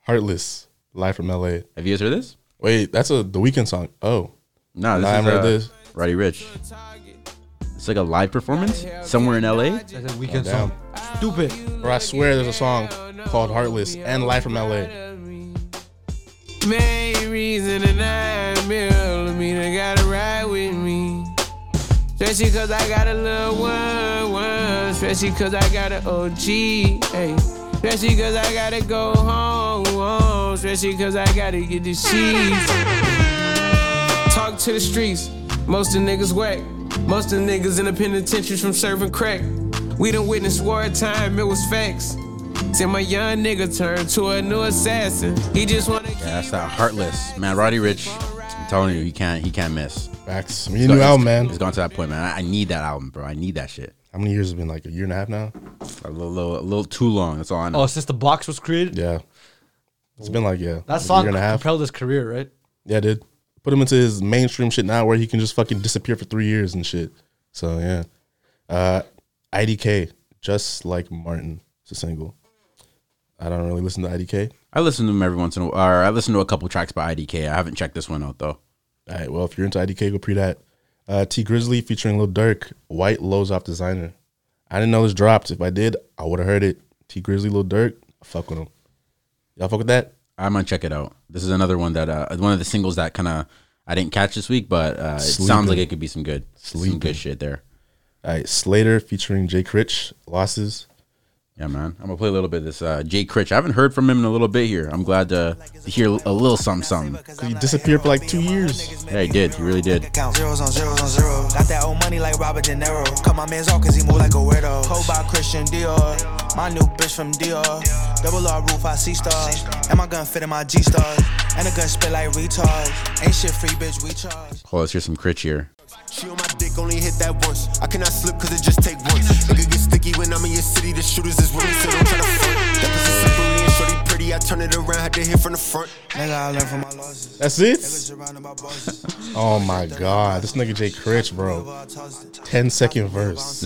Heartless, Live from LA. Have you guys heard this? Wait, that's a The Weeknd song. Oh. No, this Nah, I is haven't heard uh, this. Roddy Rich. It's like a live performance somewhere in LA. That's a weekend Oh, Damn. song. Stupid. Bro, I swear there's a song called Heartless and Live from LA. Main reason that I'm ill, I mean, I gotta ride with me. Especially cause I got a little one, one. Especially cause I got an OG, hey. Especially cause I gotta go home, home. Especially cause I gotta get the sheets. Talk to the streets, most of the niggas whack. Most of the niggas in the penitentiary from serving crack. We done witnessed war time, it was facts. Till my young nigga turned to a new assassin. He just wanna Yeah, that's that heartless man. Roddy Rich, I'm telling you, he can't he can't miss. Facts. It's I mean, got- new it's- album, man. It's gone to that point, man. I, I need that album, bro. I need that shit. How many years has it been? Like a year and a half now. A little, little, a little too long. That's all I know. Oh, since the box was created, Yeah, it's been like yeah, that like song propelled his career, right? Yeah, dude. Put him into his mainstream shit now, where he can just fucking disappear for three years and shit. So yeah, uh, IDK, just like Martin, it's a single. I don't really listen to IDK. I listen to him every once in a while. Or I listen to a couple tracks by IDK. I haven't checked this one out though. All right, well, if you're into IDK, go pre that. Uh, T Grizzly featuring Lil Durk, White Lows off Designer. I didn't know this dropped. If I did, I would have heard it. T Grizzly, Lil Durk, fuck with him. Y'all fuck with that? I'm gonna check it out. This is another one that uh, one of the singles that kind of I didn't catch this week, but uh, it sounds Sleeping. like it could be some good, some Sleeping. good shit there. All right, Slater featuring Jay Critch, Losses. Yeah, man. I'm gonna play a little bit of this uh, Jay Critch. I haven't heard from him in a little bit here. I'm glad to, to hear a little something, something. He disappeared for like two years. Yeah, he did. He really did. Count zeros on zeros on zeros. Got that old money like Robert De Niro. Cut my man's off cause he move like a weirdo. Cold by Christian Dior. My new bitch from Dior. Double R roof, I see stars. And my gun fit in my G stars. And the gun spit like retards. Ain't shit free, bitch, we charge. Hold on, let's hear some Critch here. She on my dick, only hit that once. I cannot slip cause it just take once. Nigga get sticky when I'm in your city. The shooters is women, so don't try to front. That pussy simple and shorty pretty. I turn it around, had to hit from the front. Nigga, I learned from my losses. That's it. oh my god, this nigga Jay Critch, bro. 10 second verse.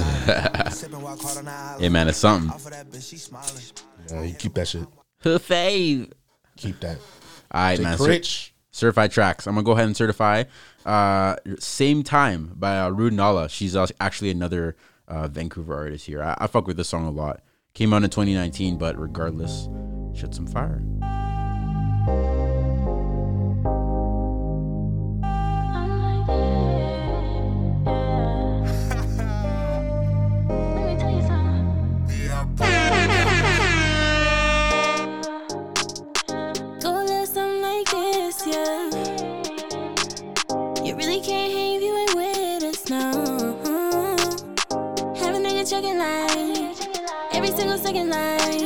Hey, man, it's something. Yeah, you keep that shit. Her fave. Keep that. All right, Jay man. Critch. certified tracks. I'm gonna go ahead and certify. Uh, same time by uh, Rude Nala. She's uh, actually another uh, Vancouver artist here. I, I fuck with this song a lot. Came out in 2019, but regardless, shit some fire. Go let something like this, yeah. You really can't hang if you ain't with us now. Have a nigga checking like every single second like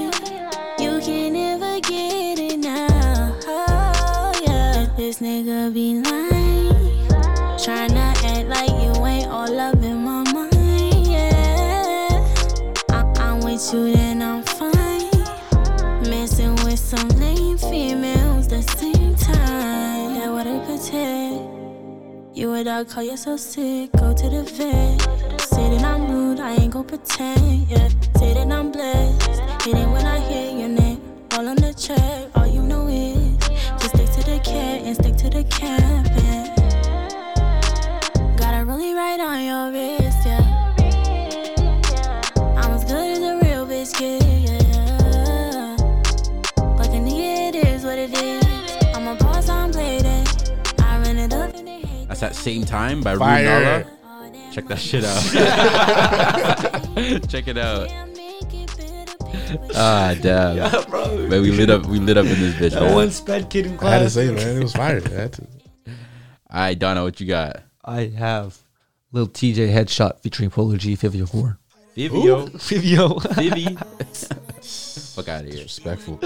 you can never get it now. Oh, yeah, this nigga be lying, tryna act like you ain't all up in my mind. Yeah, I- I'm with you then I'm fine. Messing with some lame females the same time. That what I protect. You a dog, call yourself sick, go to the vet. Say that I'm rude, I ain't gon' pretend, yeah. Say that I'm blessed. Hit it when I hear your name, all on the check. All you know is just stick to the cat and stick to the camp, yeah. Got a really right on your wrist, yeah. I'm as good as a real biscuit, yeah. Like a nigga, it is what it is. I'm a boss, I'm bladed. I run it up. That's that same time by Fire. Rude Nala. Check that shit out. Check it out. Ah, damn. Yeah, bro. Man, we lit up. We lit up in this bitch. That man. one sped kid in I had to class. say, man, it was fire. I had to- All right, Donna, what you got? I have Lil TJ headshot featuring Polo G 54. Vivio. Vivio. Vivi. Fuck out of here. Respectful. I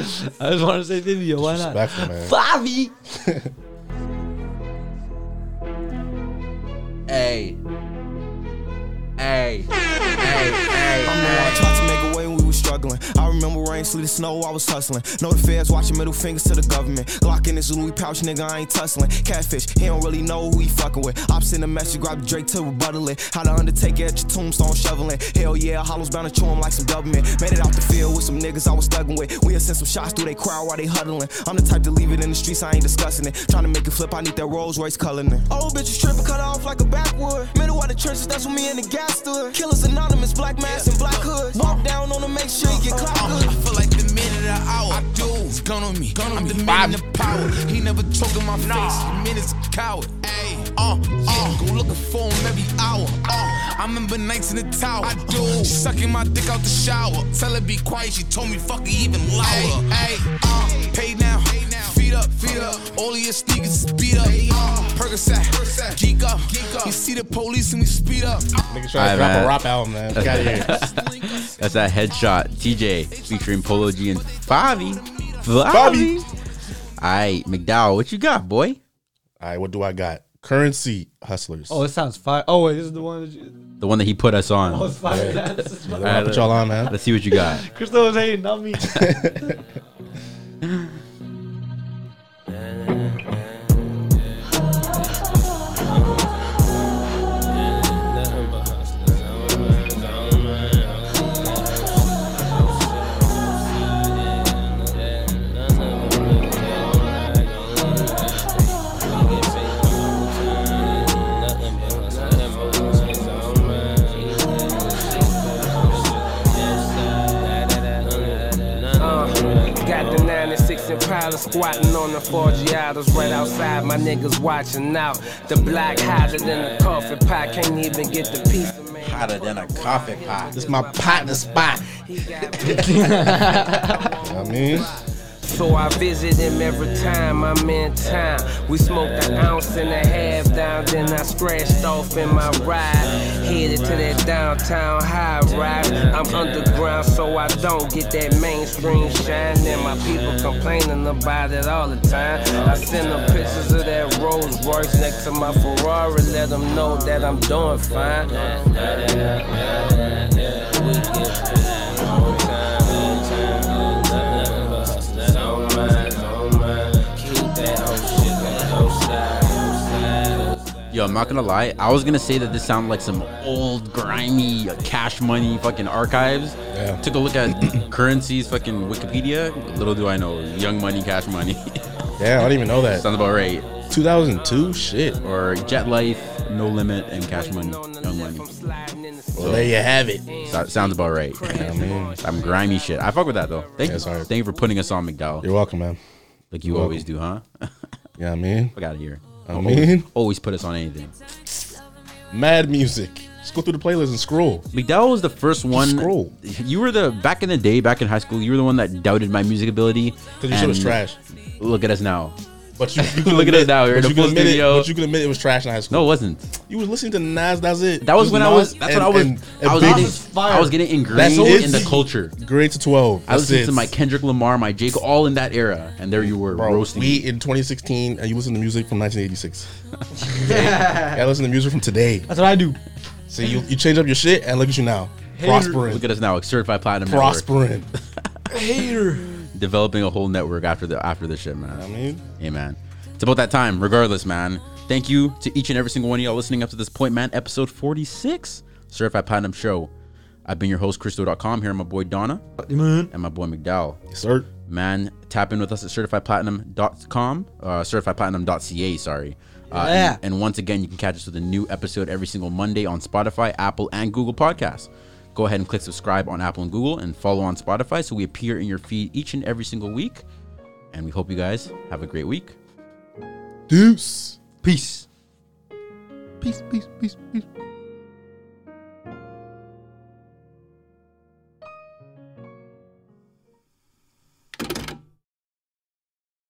just want to say Vivio. Why not? Disrespectful, man. Favi. Hey. Hey. Hey. Hey. I'm the one trying to make a way when we was struggling. I remember rain, sleet, and snow, I was hustling. No the feds watching middle fingers to the government. Glock in his Louis pouch, nigga, I ain't tussling. Catfish, he don't really know who he fucking with. Ops in the message, grab Drake to rebuttal it. How the undertaker at your tombstone shoveling. Hell yeah, hollows bound to chew him like some government. Made it out the field with some niggas I was thugging with. We'll send some shots through they crowd while they huddling. I'm the type to leave it in the streets, I ain't discussing it. Trying to make it flip, I need that Rolls Royce culling it. Old bitch is tripping, cut her off like a backwood. Middle of the trenches, that's when me and the gas stood. Killers anonymous, black mass and black hoods. Walk down on them, make sure you get clocked good. I feel like the minute of hour, I do. It's gone on me. Gone on I'm me. the man of power. He never choking my face. The man is a coward. Ayy, uh, uh. Go looking for him every hour. Uh, I remember nights in the tower. I do. She sucking my dick out the shower. Tell her be quiet. She told me fuck her even louder. Hey, uh, pay now. Feet up, feet up. All of your sneakers is beat up. Uh, Percocet, geek up, geek up. You see the police and we speed up. Nigga trying to drop a rap album, man. Get out of here. That's that headshot. TJ featuring Polo G and Favi. Favi. All right, McDowell, what you got, boy? All right, what do I got? Currency hustlers. Oh, it sounds fire. Oh wait, this is the one that you. The one that he put us on. Oh, it's fire. That's- that's- All right, Put y'all on, man. Let's see what you got. Crystal was hating, not me. Got the 96 Impala squatting on the four Giottos right outside. My niggas watching out. The block hotter than a coffee pot. Can't even get the piece of man. Hotter than a coffee pot. This my partner spot. I mean, So I visit him every time I'm in town. We smoked an ounce and a half down, then I scratched off in my ride. Headed to that downtown high rise. I'm underground, so I don't get that mainstream shine. And my people complaining about it all the time. I send them pictures of that Rolls Royce next to my Ferrari, let them know that I'm doing Yo, I'm not gonna lie. I was gonna say that this sounded like some old grimy uh, cash money fucking archives. Took a look at currencies fucking Wikipedia. Little do I know, young money, cash money. yeah, I didn't even know that. Sounds about right. 2002, shit. Or Jet Life, No Limit, and Cash Money, Young Money. Well, there you have it. So- sounds about right. I mean, I'm grimy shit. I fuck with that though. Thank you. Thank you for putting us on McDowell. You're welcome, man. Like you You're always do, huh? Yeah, I mean, fuck out of here. I Always- mean, always put us on anything. Mad music. Just go through the playlist and scroll. McDowell was the first one. scroll. You were the back in the day, back in high school. You were the one that doubted my music ability. 'Cause your shit was and trash. Look at us now. But you, you can Look at admit- us now. We're in but a you can full admit it- studio. But you can admit it was trash in high school. no, it wasn't. You was listening to Nas. That's it. That was Just when I Nas was- that's when I was- I was Biggie. getting- I was getting ingrained it. in the culture. Grade to twelve. I listened That's to it. my Kendrick Lamar, my Jake, all in that era, and there you were Bro, roasting. we me. in 2016, and you listen to music from 1986. I listen to music from today. That's what I do. See, you, you change up your shit, and look at you now, prospering. Look at us now, like certified platinum. network. prospering. Hater. developing a whole network after the after this shit, man. I mean, hey, man, it's about that time. Regardless, man. Thank you to each and every single one of y'all listening up to this point, man. Episode forty-six, Certified Platinum Show. I've been your host, Crystal.com. Here, my boy Donna, man. and my boy McDowell. sir. Man, tap in with us at certifiedplatinum.com, uh, certifiedplatinum.ca, sorry. Uh, Yeah. and, and once again, you can catch us with a new episode every single Monday on Spotify, Apple, and Google Podcasts. Go ahead and click subscribe on Apple and Google and follow on Spotify so we appear in your feed each and every single week. And we hope you guys have a great week. Deuce. Peace. Peace, peace, peace, peace.